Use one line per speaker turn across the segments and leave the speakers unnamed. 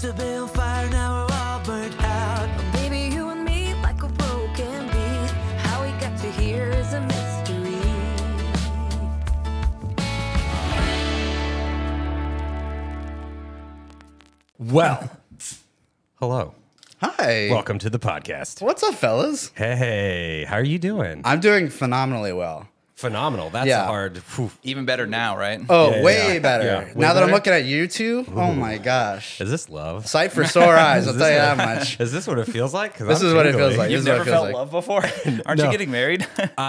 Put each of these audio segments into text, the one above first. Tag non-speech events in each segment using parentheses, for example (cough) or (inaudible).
to be on fire, now we're all burnt out.
Baby, you and me like a broken beat. How we got to here is a mystery.
Well, hello.
Hi.
Welcome to the podcast.
What's up, fellas?
Hey, how are you doing?
I'm doing phenomenally well.
Phenomenal. That's
Yeah.
a hard. phew.
Even better now, right?
Oh,
Yeah,
way
yeah.
better.
Yeah. Way
now that I'm
better?
looking at you two, oh my gosh.
Is this love?
Sight
(laughs)
for sore eyes, I'll
Is
tell you
this
that
what-
much.
Is this what it feels like? 'Cause
This
I'm
is what it feels
tingling.
like.
You've
This is what
never
it feels
felt
like.
love
(laughs)
before? Aren't
No.
you getting married? (laughs)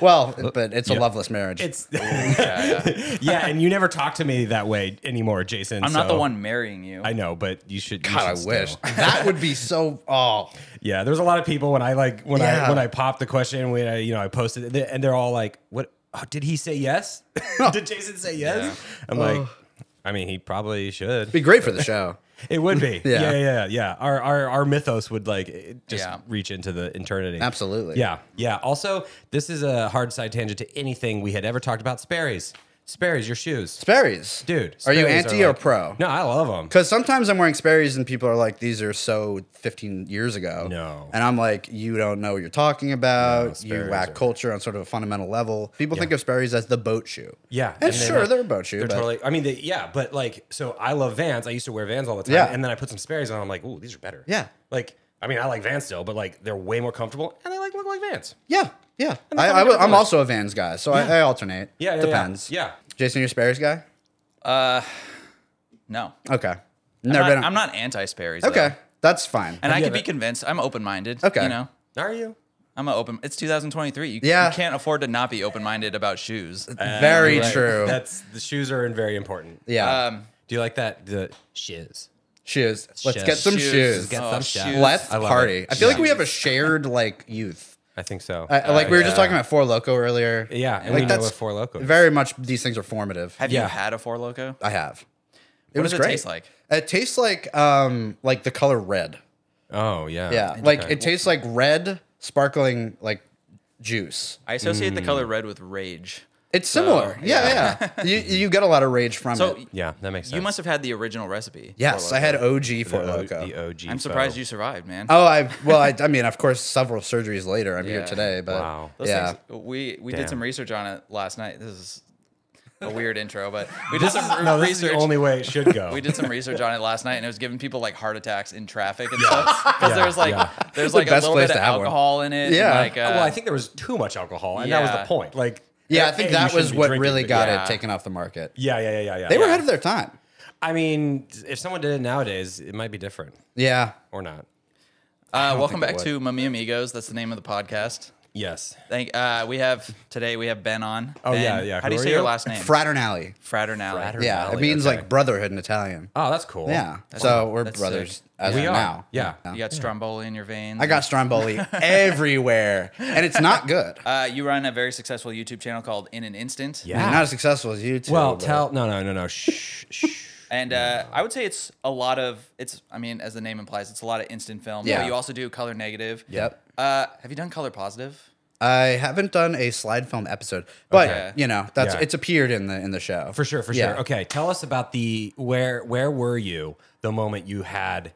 Well, but (laughs) it's a loveless marriage.
It's
(laughs)
yeah, and you never talk to me that way anymore, Jason.
I'm not the
so-
one marrying you.
I know, but you should. you
God, I
should
wish
still.
that would be so. Oh,
(laughs) Yeah, there's a lot of people when I like when I
Yeah.
when I pop the question when I you know I posted it, they- and they're all like, "What oh, did he say?
(laughs)
Yes? (laughs) did Jason say yes?" I'm like, I mean, he probably should.
be great for the show.
It would
(laughs)
be. yeah.
Yeah.
yeah, yeah, yeah. Our our our mythos would like it just
Yeah.
reach into the eternity.
Absolutely.
Yeah, yeah. Also, this is a hard side tangent to anything we had ever talked about. Sperry's, Sperry's, your shoes,
Sperry's,
dude.
Are you
Sperry's
anti or
like-
pro?
No, I love them.
Because sometimes I'm wearing Sperry's and people are like, "These are so 15 years ago."
No.
and I'm like, "You don't know what you're talking about. you
Sperry's
whack
are-
culture on sort of a fundamental level." People think of Sperry's as the boat shoe.
Yeah,
and, sure, they're a boat shoe.
They're
but
totally. I mean, they, yeah, but like, so I love Vans. I used to wear Vans all the time,
Yeah.
and then I put some Sperry's on. I'm like, ooh, these are better.
Yeah.
like I mean, I like Vans still, but like they're way more comfortable, and they like look like Vans.
Yeah, yeah.
And that's
I,
how we
I,
got
I'm
close.
also a Vans guy, so I, I alternate.
Yeah, yeah, yeah.
depends.
Yeah.
Jason, you're a Sperry's guy.
No.
Okay,
I'm
never
not,
been. on-
I'm not anti Sperry's.
okay,
though.
that's fine.
And I
Yeah,
can be
but-
convinced. I'm open minded.
Okay.
You know,
Are you?
I'm an open. It's 2023. You,
Yeah. Uh,
you can't afford to not be open minded about shoes.
Very
uh, Right. uh,
true.
That's the shoes are very important.
yeah,
Um,
Do you like that? The shiz.
shoes. Let's
shoes.
get some
Shoes.
shoes.
Get
Oh,
some shoes.
shoes.
Let's
I love
party.
it.
I feel like we have a shared like
(laughs)
youth.
I think so.
I, like we were just
Uh, yeah.
talking about Four Loco earlier.
Yeah, and
like
we know what Four Loko is.
Very much. These things are formative.
have
Yeah.
you had a Four Loco?
I have. It
What
was
does it
great.
taste like?
It tastes like um like the color red.
Oh yeah.
Yeah, like it tastes like red sparkling like juice.
I associate the
Mm.
color red with rage.
It's similar. yeah,
(laughs)
yeah. you you get a lot of rage from
So
it.
Yeah, that makes sense.
you must have had the original recipe.
Yes,
Four
I had
Loko.
OG Four
the, O-
Loco.
the OG.
I'm surprised you survived, man.
Oh, I well, I, I mean, of course, several surgeries later, I'm here
Yeah.
today. But
Wow.
Those
yeah,
things, we we
Damn.
did some research on it last night. This is a weird intro, but we
(laughs)
did some
No, this is the uh,
research.
only way it should (laughs) go.
we did some research on it last night, and it was giving people like heart attacks in traffic and stuff. Because there's like
yeah.
there's like a
best
little
place
bit of
to have one.
alcohol in it.
Yeah.
Yeah. Like, uh,
well, I think there was too much alcohol, and that was
Yeah.
the point. Like,
yeah, I
A,
think
you
that
shouldn't
was
be
what
drinking,
really
but
got
yeah.
it taken off the market.
Yeah, yeah, yeah, yeah, yeah.
They were
yeah.
ahead of their time.
I mean, if someone did it nowadays, it might be different
Yeah,
or not.
uh, welcome
think it
back to Mami Amigos. That's the name of the podcast.
Yes.
Thank. Uh, we have today. We have Ben on.
Oh,
Ben,
yeah, yeah.
How do
Who
you
are
say your
you?
last name?
fraternally.
Fraternally.
Fraternally.
Yeah,
Fraternally,
it means
okay.
like brotherhood in Italian.
Oh, that's cool.
yeah, so we're
That's
brothers
sick.
as
We
of
are.
now.
Yeah.
You got Stromboli in your veins.
I
(laughs)
got Stromboli everywhere, and it's not good.
Uh, you run a very successful YouTube channel called In an Instant.
Yeah.
Not as successful as you two.
Well,
but-
tell no, no, no, no. Shh, shh.
And uh, I would say it's a lot of it's. I mean, as the name implies, it's a lot of instant film.
Yeah.
But you also do color negative.
Yep.
Uh, have you done color positive?
I haven't done a slide film episode, but
Okay.
you know that's
Yeah.
it's appeared in the in the show
For sure, for sure. Okay, tell us about the where where were you the moment you had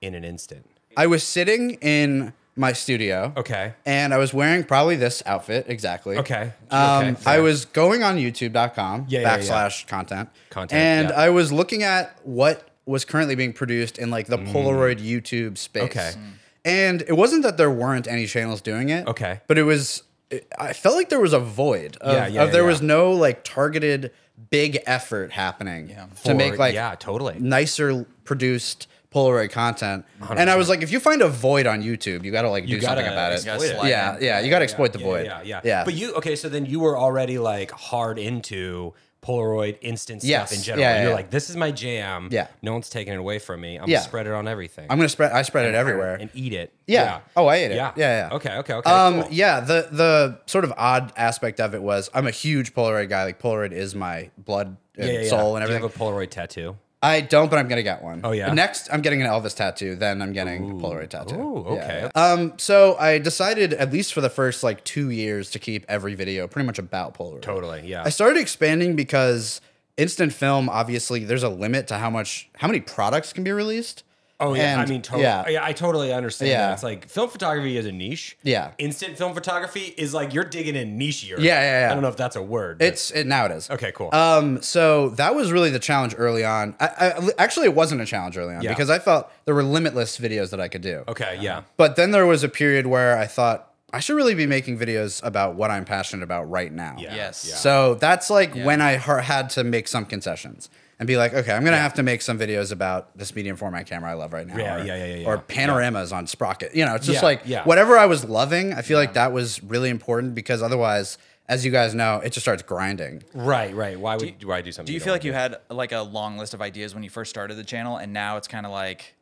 in an instant.
I was sitting in my studio.
Okay.
And I was wearing probably this outfit exactly.
Okay.
Um,
Okay,
I
fair.
was going on YouTube.com
Yeah, yeah, yeah.
backslash content.
Content,
And
yeah.
I was looking at what was currently being produced in like the Polaroid YouTube space.
Mm. Okay. Mm.
And it wasn't that there weren't any channels doing it.
Okay.
But it was. it- I felt like there was a void. Of,
Yeah, yeah,
of there
yeah.
was no like targeted big effort happening to
Or-
make like
yeah, totally.
nicer produced Polaroid content. And I was like, if you find a void on YouTube, you got to like do something about it.
exploit
exploit
it.
it.
Yeah, yeah, you got to exploit the
yeah,
void.
Yeah, yeah,
yeah.
But you okay? So then you were already like hard into Polaroid instant
Yes.
stuff in general.
Yeah, yeah,
You're
yeah.
like, this is my jam.
Yeah.
no one's taking it away from me. I'm
Yeah.
gonna spread it on everything.
I'm gonna spread. I spread it everywhere.
and eat it.
Yeah. Oh, I ate it.
Yeah,
Yeah, yeah.
Okay, okay, okay.
Um,
cool.
yeah. The the sort of odd aspect of it was I'm a huge Polaroid guy. Like Polaroid is my blood and
yeah, yeah, yeah.
soul and
Do you
everything.
have a Polaroid tattoo.
I don't, but I'm gonna get one.
Oh, yeah?
Next, I'm getting an Elvis tattoo. Then I'm getting a Polaroid tattoo.
Ooh,
Yeah,
okay.
yeah. Um, so I decided at least for the first like two years to keep every video pretty much about Polaroid.
Totally, yeah.
I started expanding because instant film obviously there's a limit to how much how many products can be released.
Oh yeah, I
And-
mean totally.
yeah.
Yeah. I totally understand.
Yeah.
That. It's like film photography is a niche.
Yeah.
instant film photography is like you're digging in nichier.
Yeah, yeah, yeah.
I don't know if that's a word. but-
It's it, now it is.
okay, cool.
Um, so that was really the challenge early on. I, I, actually, it wasn't a challenge early on
Yeah.
because I felt there were limitless videos that I could do.
okay, yeah,
But then there was a period where I thought I should really be making videos about what I'm passionate about right now.
yeah.
Yes.
yeah.
So that's like when I har- had to make some concessions and be like, okay, I'm gonna have to make some videos about this medium format camera I love right now.
Yeah,
or,
yeah, yeah, yeah,
Or
yeah.
panoramas on Sprocket. You know, it's just
Yeah,
like
yeah.
whatever I was loving. I feel like that was really important because otherwise, as you guys know, it just starts grinding.
right, right. Why would why do something?
Do you
don't
feel
wanna
like you had like a long list of ideas when you first started the channel, and now it's kind of like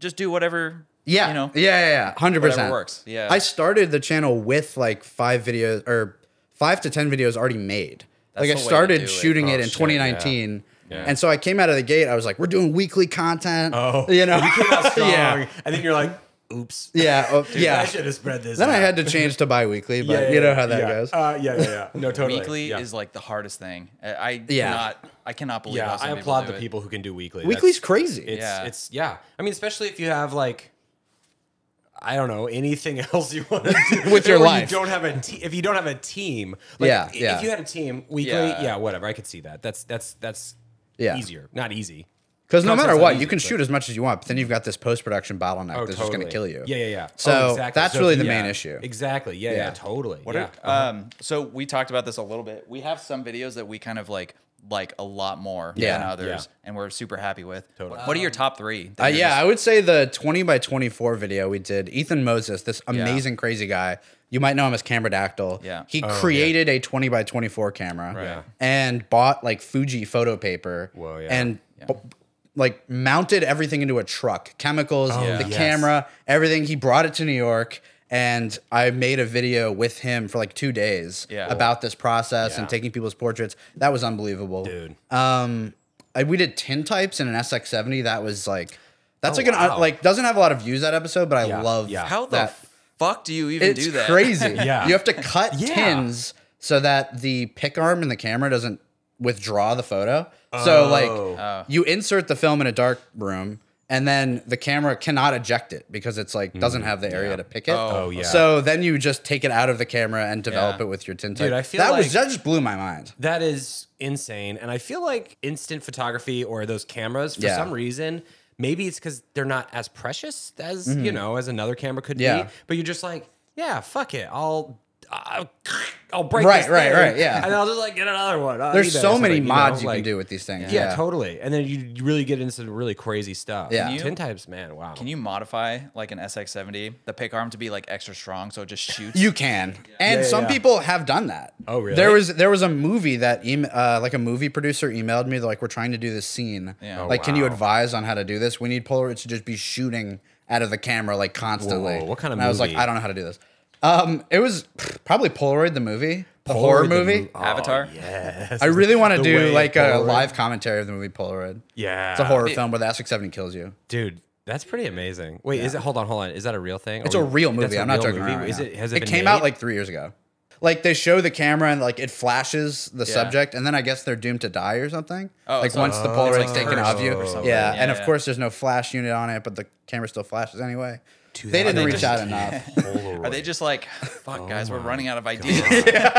just do whatever?
Yeah.
You know.
Yeah, yeah, yeah. Hundred percent
Whatever works, yeah.
I started the channel with like five videos or five to ten videos already made.
That's the
like I
way to do
started
it.
shooting
Oh,
it in
shit,
2019.
yeah. Yeah.
And so I came out of the gate. I was like, "We're doing weekly content."
Oh,
(laughs) you
(laughs)
know,
came out strong,
yeah,
and then you're like, oops.
yeah, oh, (laughs) yeah.
I should have spread this.
Then I
out.
had to change
(laughs)
to bi-weekly, but
Yeah, yeah,
you know how that
yeah.
goes.
Uh, yeah, yeah, yeah. No, totally.
Weekly
yeah.
is like the hardest thing. I, I
Yeah.
yeah. cannot. I cannot believe.
yeah.
how some
I
people
applaud
do
the
it.
people who can do weekly. That's-
Weekly's crazy.
It's
Yeah.
it's yeah. I mean, especially if you have like. I don't know anything (laughs) else you want to do
(laughs) With your
Or you
life.
don't have a te- if you don't have a team. Like,
Yeah,
i-
yeah.
If you had a team weekly, yeah.
Yeah.
whatever. I could see that. That's that's that's
Yeah.
easier. Not easy.
Because no matter
Content's
what,
not
you can
easy,
shoot as much as you want, but then you've got this post-production bottleneck that's just going to kill you.
Oh, Yeah, yeah, yeah.
So that's
if
really
you-
the
yeah,
main issue.
Exactly. Yeah, yeah,
Yeah.
totally.
What
yeah. Uh,
are, um, so we talked about this a little bit. We have some videos that we kind of like like a lot more
Yeah,
than others,
yeah.
and we're super happy with.
Totally. Um,
What are your top three? that
Uh,
you're
yeah,
just-
I would say the 20 by 24 video we did, Ethan Moses, this amazing, crazy guy. You might know him as Cameradactyl.
Yeah.
He created a 20 by 24 camera
Oh, Yeah.
and bought like Fuji photo paper
Whoa, yeah.
and b- like mounted everything into a truck, chemicals,
yeah.
the
Oh, yes.
camera, everything. He brought it to New York. And I made a video with him for like two days
Yeah.
about this process and
Yeah.
taking people's portraits. That was unbelievable.
Dude.
Um, I, we did tin types in an SX70. That was like,
Oh,
that's like an uh,
wow.
like doesn't have a lot of views that episode, but I
Yeah,
love
yeah.
How the
that.
fuck do you even
it's
do that?
crazy.
(laughs) Yeah.
you have to cut
Yeah.
tins so that the pick arm in the camera doesn't withdraw the photo. So like,
Oh.
you insert the film in a dark room. And then the camera cannot eject it because it's like doesn't have the area to pick it.
Mm. Oh, yeah.
So then you just take it out of the camera and develop
Yeah.
it with your tin type.
I feel
that was
like-
that just blew my mind.
That is insane. And I feel like instant photography or those cameras, for
Yeah.
some reason, maybe it's because they're not as precious as, you know, as another camera could
Mm-hmm. Yeah.
be. But you're just like, yeah, fuck it. I'll. I'll, I'll break
Right,
this
right,
thing,
right, yeah.
and I'll just like get another one. on
There's
eBay
so
or
many
something, know,
mods you
like-
can do with these things.
Yeah, totally. And then you really get into some really crazy stuff.
Yeah. Can
you-
tin types, man. Wow.
Can you modify like an SX70, the pick arm to be like extra strong so it just shoots?
You can, and
Yeah, yeah,
some
yeah.
people have done that.
Oh, really?
There was there was a movie that em- uh, like a movie producer emailed me. They're like, "We're trying to do this scene.
Yeah. Oh,
like, can you
wow.
advise on how to do this? We need Polaroids to just be shooting out of the camera like constantly."
Whoa, what kind of
And I was like,
movie?
I don't know how to do this. Um, it was probably Polaroid the movie, the horror
Polaroid the
movie.
mo-
Avatar?
Oh, Yes.
I really want to
The
do
way
like a
Polaroid-
live commentary of the movie Polaroid.
Yeah.
It's a horror film where the Ask 70 kills you.
Dude, that's pretty amazing. Wait, is it? Hold on, hold on. Is that a real thing?
It's
Are
a
we-
real
that's
movie.
a
I'm not
real
joking.
movie?
around right
Is
now.
it? Has it? been
came
made?
out like three years ago. Like they show the camera and like it flashes the
Yeah.
subject, and then I guess they're doomed to die or something.
Oh,
like
it's like-
once the
oh,
Polaroid's
it's like
taken
cursed
off you,
or
yeah.
something. Yeah,
And of
yeah.
course, there's no flash unit on it, but the camera still flashes anyway. They
that-
didn't
They
reach
just- (laughs)
out enough. (laughs)
Are they just like, (sighs) fuck, guys,
Oh
we're running out of ideas?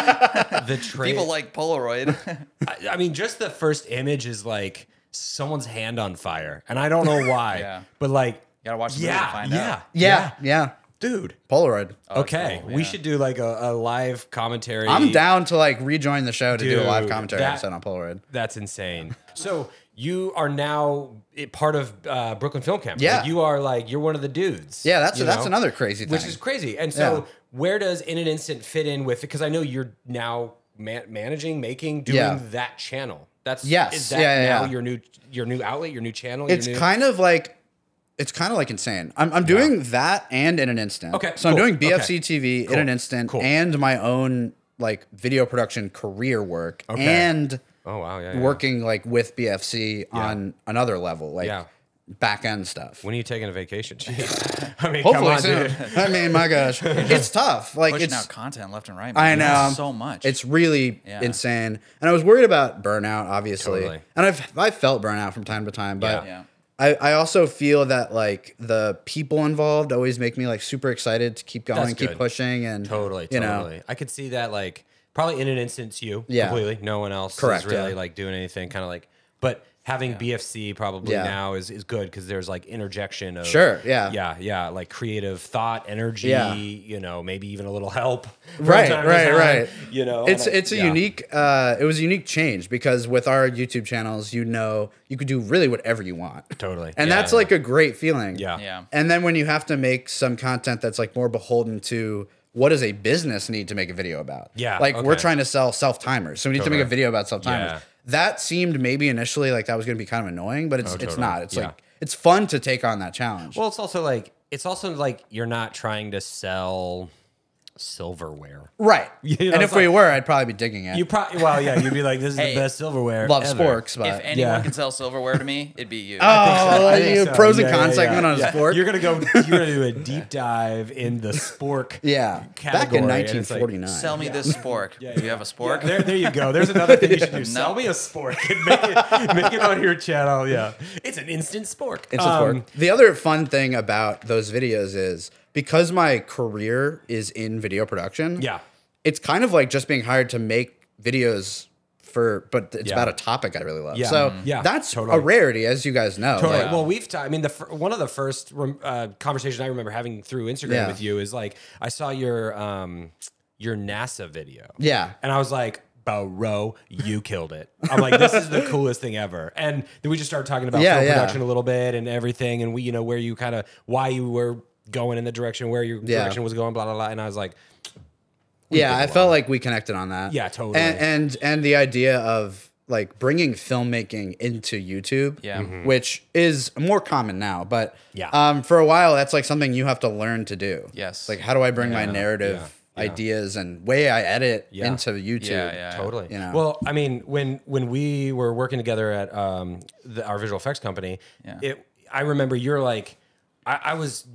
the trade?
People like
(laughs)
Polaroid. (laughs)
I, I mean, just the first image is like someone's hand on fire, and I don't
(laughs)
know why,
Yeah.
but like,
Gotta watch the movie to
yeah,
find
yeah,
out.
yeah, Oh, yeah,
dude.
Polaroid.
okay, we should do like a, a live commentary.
I'm down to like rejoin the show to do a live
Dude,
commentary
that-
episode on Polaroid.
That's insane. So you are now it- part of uh, Brooklyn Film Camp.
Yeah.
Like, you are like you're one of the dudes.
Yeah, that's
you
that's
know?
another crazy thing.
which is crazy. And so,
Yeah.
where does In an Instant fit in with? Because I know you're now man- managing, making, doing
Yeah.
that channel. That's
Yes.
Is that
Yeah, yeah,
now
yeah.
your new your new outlet, your new channel?
it's
your new,
kind of like it's kind of like insane. I'm, I'm doing that and in an instant.
Okay, cool,
So I'm doing
okay.
BFC TV in an instant
cool.
and my own like video production career work
Okay.
and
oh wow yeah, yeah.
working like with BFC on another level. Like
Yeah.
back end stuff.
When are you taking a vacation? (laughs) Jeez. I mean,
Hopefully
come on,
soon.
dude.
(laughs) I mean,
(laughs)
my gosh, it's tough. Like
Pushing
it's
out content left and right.
I
Man. There's
know
so much.
It's really
Yeah.
insane, and I was worried about burnout, obviously.
Totally.
And I've I've felt burnout from time to time,
Yeah.
but
Yeah.
I I also feel that like the people involved always make me like super excited to keep going,
That's
keep
good.
pushing, and
Totally,
you know,
totally. I could see that like probably in an instance you
Yeah.
completely. No one else
Correct,
is really
yeah.
like doing anything kind of like but having BFC probably
Yeah.
now is, is good because there's like interjection of
Sure, yeah.
yeah yeah like creative thought energy
Yeah.
you know maybe even a little help (laughs) from
Right,
time to
right,
time,
right.
you know and
it's
I-
it's a
yeah.
unique uh it was a unique change because with our YouTube channels, you know, you could do really whatever you want.
Totally.
And
Yeah,
that's
yeah.
like a great feeling.
Yeah.
Yeah.
And then when you have to make some content that's like more beholden to what does a business need to make a video about?
Yeah,
Like we're
okay.
trying to sell self timers. So we need to make
Totally.
a video about self timers.
Yeah.
That seemed maybe initially like that was gonna be kind of annoying, but it's
Oh,
it's
totally.
not. It's
Yeah.
like it's fun to take on that challenge.
Well, it's also like it's also like you're not trying to sell silverware.
right.
(laughs) You know,
and
it's
if we
like-
were, I'd probably be digging it.
You probably well, yeah, you'd be like, this is
Hey,
the best silverware.
love
ever.
sporks, but
If anyone
Yeah.
can sell silverware to me, it'd be you.
(laughs) Oh,
I
like
think
you
so.
pros and
Yeah, yeah,
cons
yeah.
segment on a
Yeah.
sport.
You're gonna go. You're gonna do a deep dive in the spork.
(laughs) yeah, back
category,
in
and it's like-
1949.
Sell me this spork. Do you have a spork?
There, there you go. There's another thing you should do. Sell
No.
me a spork and make it, make it on your channel. Yeah, it's an instant spork.
It's a
Um,
sport. The other fun thing about those videos is because my career is in video production.
Yeah.
it's kind of like just being hired to make videos for, but it's
Yeah.
about a topic I really love.
Yeah.
So
Mhm. Yeah,
that's
totally.
a rarity, as you guys know.
Totally.
Like,
Well, we've. ta- I mean, the fir- one of the first rem- uh, conversations I remember having through Instagram
Yeah.
with you is like I saw your um your NASA video.
Yeah.
and I was like. Bro, you killed it. I'm like, this
(laughs)
is the coolest thing ever. And then we just started talking about
Yeah,
film
yeah.
production a little bit and everything, and we, you know, where you kind of why you were going in the direction where your
Yeah.
direction was going, blah blah blah. And I was like,
yeah, I felt like we connected on that.
Yeah, totally.
And and, and the idea of like bringing filmmaking into YouTube,
Yeah. Mhm.
which is more common now, but
Mm-hmm. Yeah.
um, for a while that's like something you have to learn to do.
Yes.
like how do I bring my narrative
yeah, yeah.
ideas and way I edit
Yeah.
into YouTube?
Yeah, yeah.
Totally.
You know?
Well, I mean, when when we were working together at um, the, our visual effects company,
Yeah.
it I remember you're like, I, I was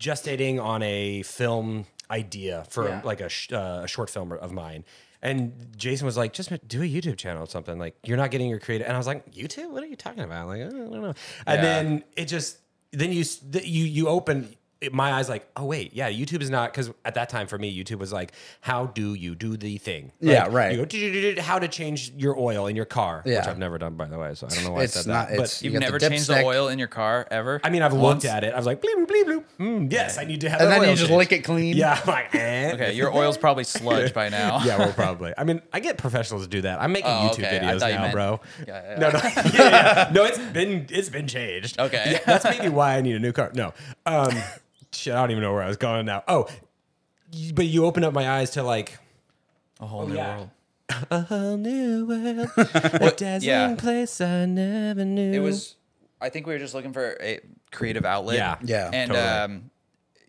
gestating on a film idea for
Yeah.
like a, sh- uh, a short film of mine. And Jason was like, just do a YouTube channel or something. Like, you're not getting your creative. And I was like, YouTube? What are you talking about? Like, I don't know. And
Yeah.
then it just, then you, s- th- you, you open, it, my eyes like, oh, wait, yeah, YouTube is not, because at that time for me, YouTube was like, how do you do the thing? Like,
Yeah, right.
You go, "Do-do-do-do-do," how to change your oil in your car, which
Yeah.
I've never done, by the way. So I don't know why I
it's
said
not.
that.
It's
But
You've
got
never changed the
dipstick,
oil in your car ever?
I mean, I've
Once?
looked at it. I was like, bleep, bleep, bleep. Mm, yes, I need to have
and
that
then
oil
you just
changed.
lick it clean.
Yeah, (laughs) I'm like, eh.
Okay, your oil's
(laughs)
probably sludge by now.
yeah, well, probably. I mean, I get professionals to do that. I'm making
Oh,
YouTube
okay. I
videos
thought you
now,
meant-
bro. (laughs)
Yeah, yeah,
No, no, yeah, yeah. no. It's been it's been changed.
Okay.
Yeah, that's maybe why I need a new car. No, um, (laughs) shit, I don't even know where I was going now. Oh, y- but you opened up my eyes to like
(laughs) A whole new
yeah.
world.
a whole new world,
(laughs)
a dazzling
yeah.
place I never knew.
It was. I think we were just looking for a creative outlet.
Yeah.
Yeah,
And
totally.
um,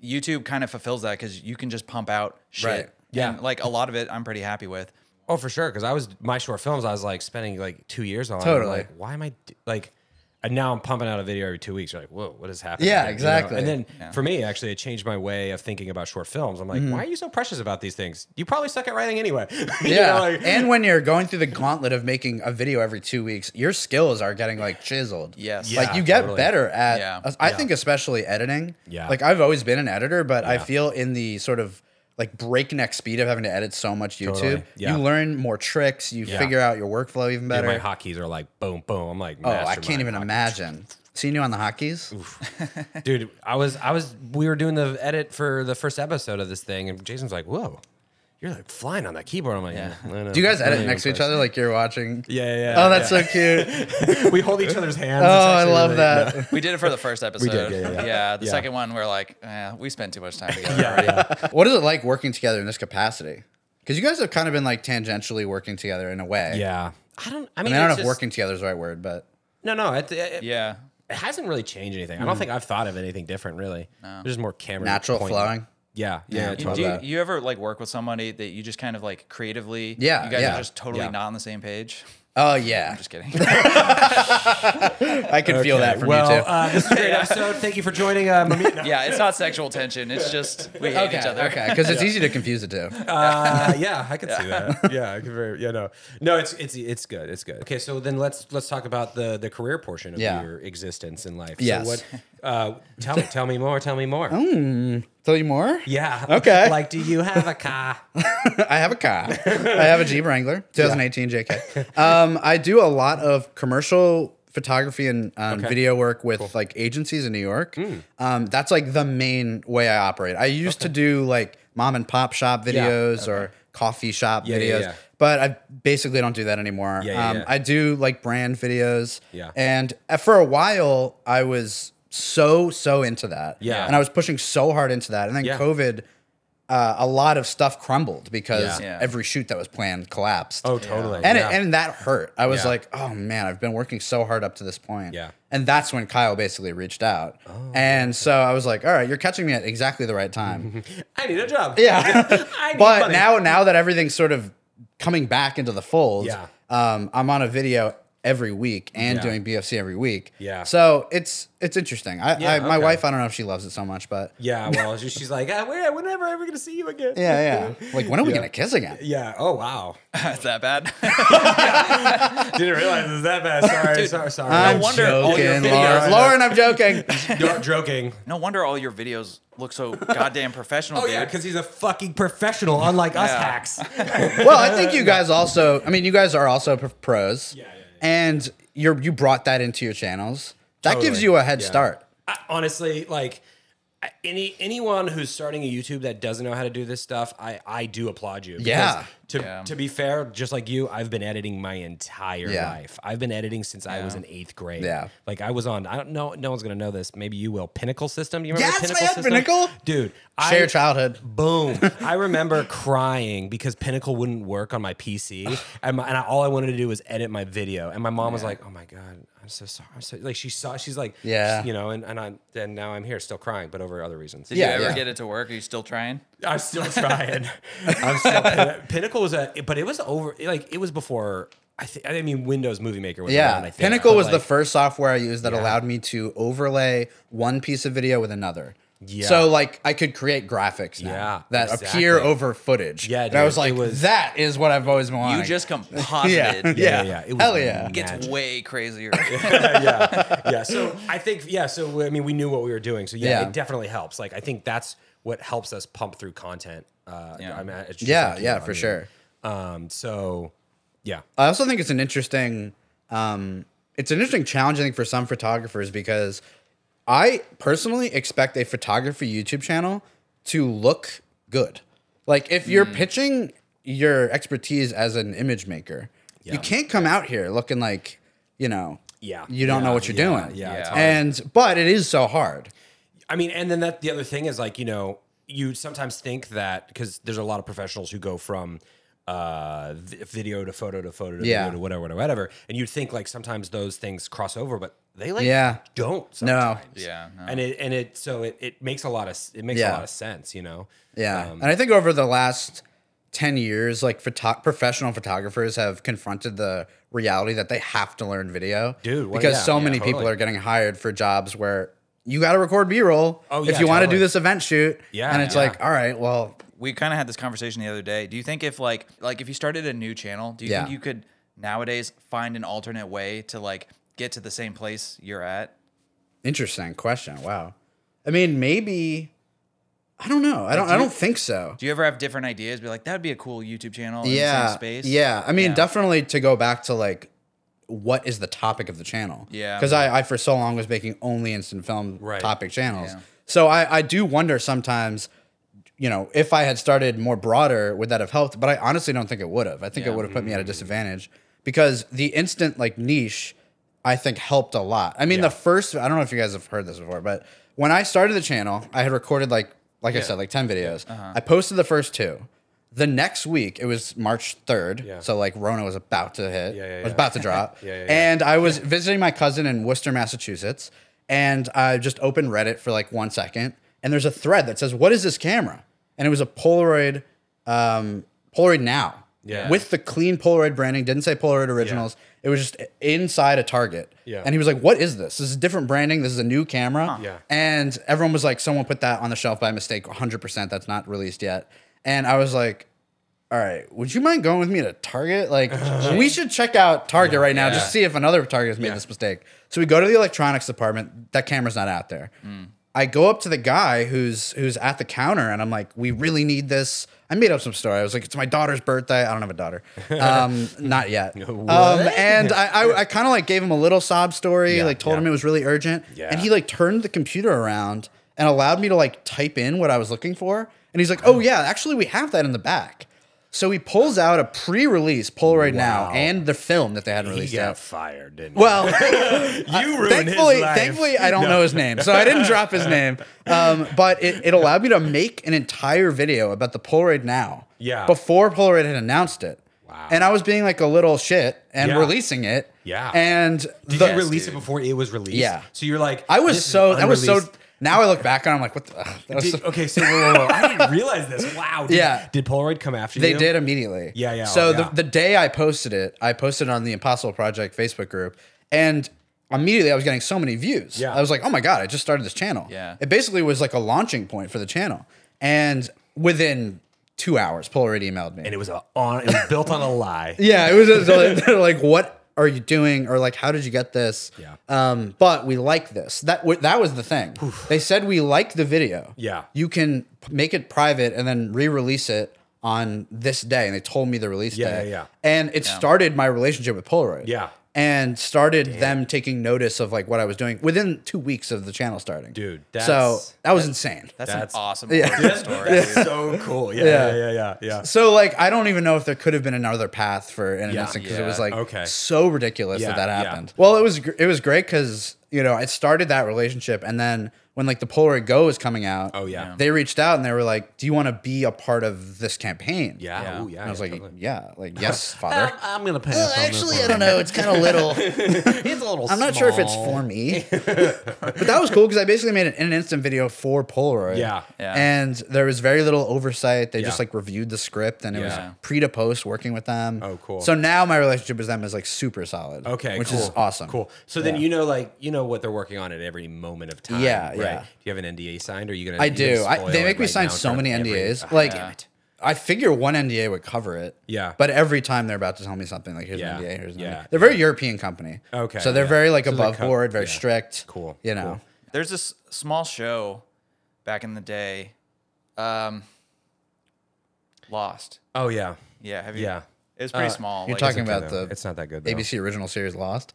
YouTube kind of fulfills that because you can just pump out shit.
Right.
Yeah.
And, like a lot of it, I'm pretty happy with.
Oh, for sure. Because I was my short films. I was like spending like two years on. I'm
Totally.
Like, why am I d- like? And now I'm pumping out a video every two weeks. You're like, whoa, what is happening? here?"
Yeah,
You know?
exactly.
And then for me, actually, it changed my way of thinking about short films. I'm like,
Mm-hmm.
why are you so precious about these things? You probably suck at writing anyway. (laughs) You
Yeah,
know, like-
and when you're going through the gauntlet of making a video every two weeks, your skills are getting like chiseled.
Yes.
like
Yeah,
you get
totally.
better at. uh,
Yeah.
I think especially editing.
Yeah.
like I've always been an editor, but I
Yeah.
feel in the sort of like breakneck speed of having to edit so much YouTube,
Totally. Yeah.
you learn more tricks. You
Yeah.
figure out your workflow even
Dude,
better.
my hotkeys are like boom, boom. I'm like,
oh, I can't even imagine. Seen you on the hockeys?
dude. I was, I was, we were doing the edit for the first episode of this thing, and Jason's like, whoa, you're like flying on that keyboard. I'm like, yeah. I know.
Do you guys
I'm
edit
not
next to each
impressed.
other like you're watching?
Yeah, yeah. yeah,
Oh, that's
yeah.
so
(laughs)
cute.
we hold each other's hands.
Oh,
It's
I
actually
love
really-
that.
We did it for the
(laughs)
first episode.
yeah, yeah.
the
Yeah.
second one, we're like, eh, we spent too much
(laughs)
time together.
Yeah, yeah.
What is it like working together in this capacity? Because you guys have kind of been like tangentially working together in a way.
Yeah. I don't. I
I
mean,
mean, I don't
it's
know if
just-
working together is the right word, but
No, no. It, it,
Yeah.
it hasn't really changed anything. I don't think I've thought of anything different really. There's just more camera
Hmm. natural
point.
flowing.
Yeah, yeah.
Yeah,
totally.
Love
Do you,
that.
you ever like work with somebody that you just kind of like creatively?
Yeah,
You guys
yeah,
are just totally
yeah.
not on the same page. (laughs)
Oh yeah,
Just kidding. (laughs)
I can feel that from
well,
you too.
Uh, this is a great episode. Thank you for joining. Uh,
(laughs)
Mamita.
yeah, it's not sexual tension. It's just we hate
okay,
each other.
okay, because it's easy to confuse the two.
Uh, yeah, I can see that. Yeah, I can very. Yeah, no, no, it's it's it's good. It's good. Okay, so then let's let's talk about the the career portion of
Yeah.
your existence in life.
Yes.
So what? Uh, tell me, tell me more. Tell me more.
Tell you more.
Yeah.
Okay.
Like, do you have a
(laughs)
car?
I have a car. I have a Jeep
(laughs)
Wrangler, 2018 JK. Um, I do a lot of commercial photography and um,
Okay. Hmm.
video work with like agencies in New York. Um, that's like the main way I operate. I used to do like mom and pop shop videos or coffee shop
Yeah, yeah,
videos,
yeah.
but I basically don't do that anymore.
Yeah, yeah,
um,
yeah.
I do like brand videos.
Yeah.
And uh, for a while, I was so so into that
Yeah.
and i was pushing so hard into that and then
Yeah.
covid uh, a lot of stuff crumbled because
Yeah. Yeah.
every shoot that was planned collapsed.
Oh, totally.
and
yeah.
it, and that hurt. I was
Yeah.
like, oh man, I've been working so hard up to this point.
Yeah. Oh,
And that's when Kyle basically reached out. and so I was like, all right, you're catching me at exactly the right
(laughs)
time. (laughs)
I need a job.
yeah.
(laughs)
(laughs)
I need
but
money.
now now that everything's sort of coming back into the fold,
Yeah.
um, I'm on a video every week and
Yeah.
doing BFC every week.
Yeah.
So it's it's interesting. I,
Yeah,
I my
okay.
wife, I don't know if she loves it so much, but
Yeah. Well, she- she's like, ah, where, when am I ever gonna see you again?
yeah, yeah. Like when are we gonna kiss again?
(laughs) Yeah. Oh wow.
(laughs) It's that bad. (laughs)
Didn't realize it was that bad. Sorry.
Dude,
sorry. Sorry.
I'm
No wonder
oh,
all your
joking,
videos-
Lauren. Lauren,
(laughs)
I'm joking.
You're joking.
no wonder all your videos look so goddamn professional,
Oh
dude.
yeah, because he's a fucking professional, unlike us
Yeah.
hacks. (laughs)
well, I think you guys also. I mean, you guys are also pr- pros.
yeah, yeah.
And you're you brought that into your channels. That gives
Totally.
you a head
Yeah.
start.
I, honestly, like I- any anyone who's starting a YouTube that doesn't know how to do this stuff, I I do applaud you. because
Yeah.
To
Yeah.
to be fair, just like you, I've been editing my entire
Yeah.
life. I've been editing since I was in eighth grade.
Yeah.
Like I was on. I don't know. No one's gonna know this. Maybe you will. Pinnacle system. You remember
Yes,
Pinnacle
man,
system?
Pinnacle.
Dude,
Share your
I,
childhood.
Boom. I remember crying because Pinnacle wouldn't work on my PC. And, my, and I, all I wanted to do was edit my video. And my mom was like, oh my God, I'm so sorry. I'm so, like, she saw, she's like,
Yeah.
You know, and, and, I, and now I'm here still crying, but over other reasons.
Did
Yeah,
you ever
yeah.
get it to work? Are you still trying?
I'm still trying. I'm still, Pin- Pinnacle was a, but it was over, like, it was before, I, th- I mean, Windows Movie Maker was around,
Yeah,
I think.
Pinnacle
but,
was the
like,
first software I used that allowed me to overlay one piece of video with another. So like I could create graphics now
Yeah,
that
exactly.
appear over footage.
Yeah,
and I
dude,
was like,
it was-
that is what I've always been wanting.
You just
yeah,
composited.
(laughs) yeah,
It
(laughs) Yeah,
yeah,
yeah, it was
hell yeah.
mad.
gets
Magic.
way crazier.
(laughs) yeah, yeah.
(laughs)
So I think yeah. So I mean, we knew what we were doing. So yeah,
Yeah.
it definitely helps. Like I think that's what helps us pump through content. Uh,
Yeah.
I mean, it's just
Yeah,
like you,
yeah,
I
for
mean,
sure.
Um, so yeah,
I also think it's an interesting, um, it's an interesting challenge. I think for some photographers because I personally expect a photography YouTube channel to look good. Like if
Mm.
you're pitching your expertise as an image maker, you can't come out here looking like you know,
Yeah.
you don't know
Yeah,
what you're
yeah,
doing,
yeah, it's
hard.
and but it is so hard.
I mean, and then that the other thing is like you know you sometimes think that because there's a lot of professionals who go from uh vi- video to photo to photo to
Yeah.
video to whatever whatever whatever and you think like sometimes those things cross over but they like
Yeah.
don't
No.
sometimes.
Yeah, no.
and it and it so it, it makes a lot of s- it makes a
Yeah.
lot of sense you know
Yeah.
Um,
and I think over the last 10 years, like photo- professional photographers have confronted the reality that they have to learn video.
Dude, well,
because
yeah,
so
yeah,
many people
totally.
are getting hired for jobs where you got to record B roll
Oh,
if
yeah,
you want to do
totally.
this event shoot.
Yeah,
And it's
yeah.
like, all right, well,
we kind of had this conversation the other day. Do you think if like like if you started a new channel, do you
Yeah.
think you could nowadays find an alternate way to like get to the same place you're at?
interesting question. Wow. I mean, maybe. I don't know. I don't. I don't think so.
Do you ever have different ideas? Be like, that'd be a cool YouTube channel in the
yeah
same space.
yeah i mean
Yeah.
definitely to go back to like what is the topic of the channel
Yeah.
because I, I for so long was making only instant film
Right.
topic channels
Yeah.
so I, I do wonder sometimes you know if i had started more broader would that have helped but i honestly don't think it would have i think it
Yeah.
would have put me
Mm-hmm.
at a disadvantage because the instant like niche i think helped a lot i mean the first i don't know if you guys have heard this before but when i started the channel i had recorded like like i said like 10 videos
Uh-huh.
i posted the first two the next week, it was March 3rd.
Yeah.
So, like, Rona was about to hit,
Yeah, yeah,
was
yeah.
about to drop.
(laughs) Yeah, yeah, yeah.
And I was visiting my cousin in Worcester, Massachusetts. And I just opened Reddit for like one second. And there's a thread that says, What is this camera? And it was a Polaroid, um, Polaroid Now.
Yeah.
With the clean Polaroid branding, didn't say Polaroid Originals. It was just inside a Target.
Yeah.
And he was like, "What is this? This is different branding. This is a new camera."
Yeah.
And everyone was like, "Someone put that on the shelf by mistake. 100. percent That's not released yet." And I was like. All right. Would you mind going with me to Target? Like, we should check out Target right now, just to see if another Target's made
Uh-huh. Yeah.
this mistake. So we go to the electronics department. That camera's not out there. I go up to the guy who's who's at the counter, and I'm like, "We really need this." I made up some story. I was like, "It's my daughter's birthday. I don't have a
(laughs)
daughter, um, not yet." Um, and I I,
(laughs)
I kind of like gave him a little sob story,
Yeah,
like told
yeah.
him it was really urgent,
Yeah.
and he like turned the computer around and allowed me to like type in what I was looking for, and he's like, "Oh yeah, actually we have that in the back." So he pulls out a pre-release Polaroid now
Wow.
and the film that they hadn't
He
released
got
yet.
fired, didn't he? (laughs)
Well,
you ruined
thankfully,
his life.
thankfully, I don't know his name, so I didn't drop his name. Um, but it, it allowed me to make an entire video about the Polaroid now.
Yeah.
Before Polaroid had announced it.
Wow.
And I was being like a little shit and
Yeah.
releasing it.
Yeah.
And
Did
the-
you release
dude.
it before it was released?
Yeah.
So you're like,
I was
this is
so. I was so.
unreleased.
Now I look back on. it, I'm like, what the? ugh, that was
Did-
(laughs) so-
okay, so whoa, whoa, whoa. I
(laughs)
didn't realize this. Wow. Did,
Yeah.
Did Polaroid come after
They
you?
did immediately.
Yeah, yeah,
So
oh,
the,
yeah.
the day I posted it, I posted it on the Impossible Project Facebook group, and immediately I was getting so many views.
Yeah.
I was like, oh my god, I just started this channel.
Yeah.
It basically was like a launching point for the channel, and within two hours, Polaroid emailed me.
And it was a on. It was built on a lie.
(laughs) yeah, it was just
(laughs)
like, they're like, what are you doing? Or like, how did you get this?
Yeah.
Um, but we like this. That w- that was the thing. They said we like the video.
Yeah.
You can p- make it private and then re-release it on this day. And they told me the release
Yeah,
day.
yeah, yeah.
And it started my relationship with Polaroid.
Yeah.
And started them taking notice of like what I was doing within two weeks of the channel starting.
Dude,
so
that's-
that was insane.
That's,
That's-
an awesome
Yeah. (laughs)
origin story.
That's so cool. Yeah, yeah, yeah, yeah, yeah.
So like I don't even know if there could have been another path for an
Yeah.
instant because it
Yeah.
was like
Okay.
so ridiculous
Yeah,
that that
yeah.
happened. Well, it was gr- it was great because you know it started that relationship, and then when like the Polaroid Go was coming out,
Oh, yeah. Yeah.
they reached out and they were like, "Do you want to be a part of this campaign?"
Yeah.
Yeah.
Ooh, yeah.
and I was
yeah,
like,
totally.
"Yeah,
(laughs)
like yes, father."
I'm gonna pass.
(laughs) Well,
on this
actually,
one.
I don't know. It's kind
(laughs)
of little.
It's a little.
I'm not sure if it's
small. (laughs)
for me, but that was cool because I basically made an, an instant video for Polaroid.
Yeah.
Yeah.
And there was very little oversight. They
Yeah.
just like reviewed the script and it
Yeah.
was pre to post working with them.
Oh, cool.
So now my relationship with them is like super solid.
Okay,
Which
cool.
is awesome.
Cool. So then
Yeah.
you know, like you know what they're working on at every moment of time.
Yeah,
right?
yeah.
Do you have an NDA signed? Or are you gonna?
I
you gonna
do. I,
spoil
they
it
make me
right
sign
now in
so
front of
many
every-
NDAs.
Ah,
like,
damn it.
I figure one NDA would cover it.
Yeah.
But every time they're about to tell me something, like here's
Yeah,
an NDA, here's an
yeah,
NDA. They're very European company.
Okay,
So they're
yeah.
very like
So they're
above
co-
board, very
yeah.
strict.
Cool,
You
cool.
know.
There's this small show back in the day, um, Lost.
Oh yeah.
Yeah, have you?
Yeah.
it was pretty small.
Uh, you're
like-
talking
okay,
about
though.
the
It's not that good. Though.
ABC original series Lost.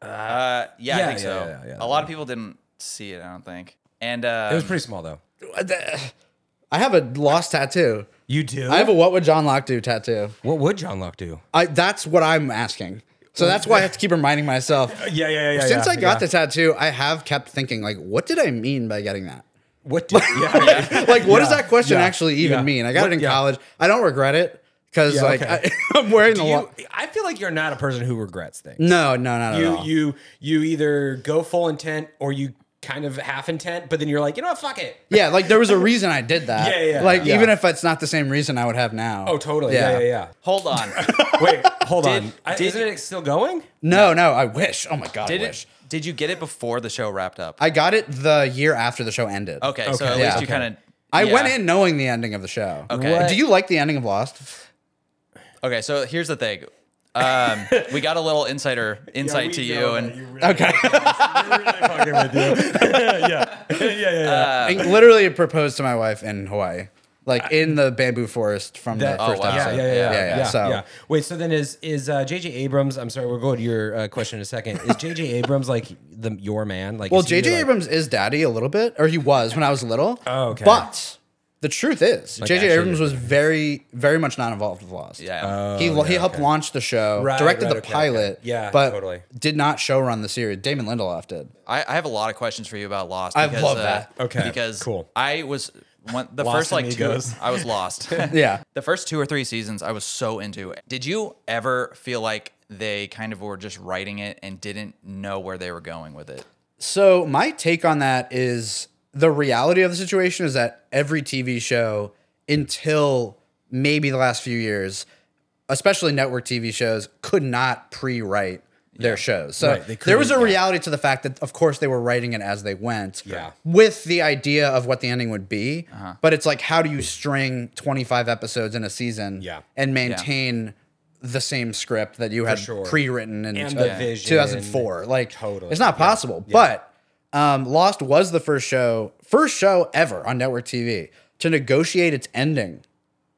Uh, yeah,
Yeah,
I think
yeah,
so.
yeah, yeah, yeah,
a
that
lot of people didn't see it. I don't think. And uh,
It was pretty small though.
I have a Lost tattoo.
You do.
I have a what would John Locke do tattoo.
what would John Locke do?
I that's what I'm asking. So that's why I have to keep reminding myself.
Yeah, yeah, (laughs) yeah.
Since I got
yeah.
the tattoo, I have kept thinking like, what did I mean by getting that?
What did? (laughs) Yeah, yeah.
Like, what does
Yeah,
that question
yeah,
actually even
yeah.
mean? I got
What-
it in
yeah.
college. I don't regret it because
Yeah,
like
okay.
I, (laughs) I'm wearing the
Do
lo-
you, I feel like you're not a person who regrets things.
no, no, not at
you
all.
you you either go full intent or you kind of half intent, but then you're like, you know what, fuck it.
yeah, like there was a reason I did that.
(laughs) Yeah, yeah,
Like
yeah.
even if it's not the same reason I would have now.
Oh, totally. Yeah, yeah, yeah.
hold
(laughs)
on.
Wait, hold
Did-
on. I,
did-
isn't it still going?
No, no, I wish. Oh my god,
did
I wish.
it? Did you get it before the show wrapped up?
I got it the year after the show ended.
okay, so at
yeah,
least you
okay.
kind of.
I went in knowing the ending of the show.
Okay. What?
Do you like the ending of Lost?
Okay, so here's the thing. Um, we got a little insider insight to you, and
Okay. (laughs)
Um, (laughs)
(laughs) yeah, yeah, yeah.
Uh,
I literally proposed to my wife in Hawaii, like in the bamboo forest from the
oh,
first
wow.
yeah,
episode.
yeah, yeah, yeah, yeah,
So
yeah. Wait, so then is is uh, JJ Abrams? I'm sorry, we'll go to your uh, question in a second. Is JJ Abrams like the your man? Like,
well,
is he,
JJ
like-
Abrams is daddy a little bit, or he was when I was little.
Oh, okay.
But the truth is, JJ
actually
Abrams was very, very much not involved with Lost.
yeah,
Oh,
He, he helped launch the show,
Right,
directed
right,
the
okay, okay.
pilot,
Yeah,
but
totally.
did not show run the series. Damon Lindelof did.
I, I have a lot of questions for you about Lost. uh,
I love that.
Okay,
because
cool.
I was one, the
Lost
first like
amigos.
two. I was lost.
Yeah.
the first two or three seasons, I was so into it. Did you ever feel like they kind of were just writing it and didn't know where they were going with it?
So my take on that is the reality of the situation is that every TV show until maybe the last few years especially network TV shows, could not pre-write their shows. So
Right, they
there was a
couldn't, yeah.
reality to the fact that, of course, they were writing it as they went.
Yeah. Uh-huh.
With the idea of what the ending would be, but it's like, how do you string 25 episodes in a season
Yeah.
and maintain? The same script that you had
sure.
pre-written in
And
uh,
the vision.
2004, like
Totally.
it's not
Yeah.
possible. But um, Lost was the first show, first show ever on network TV to negotiate its ending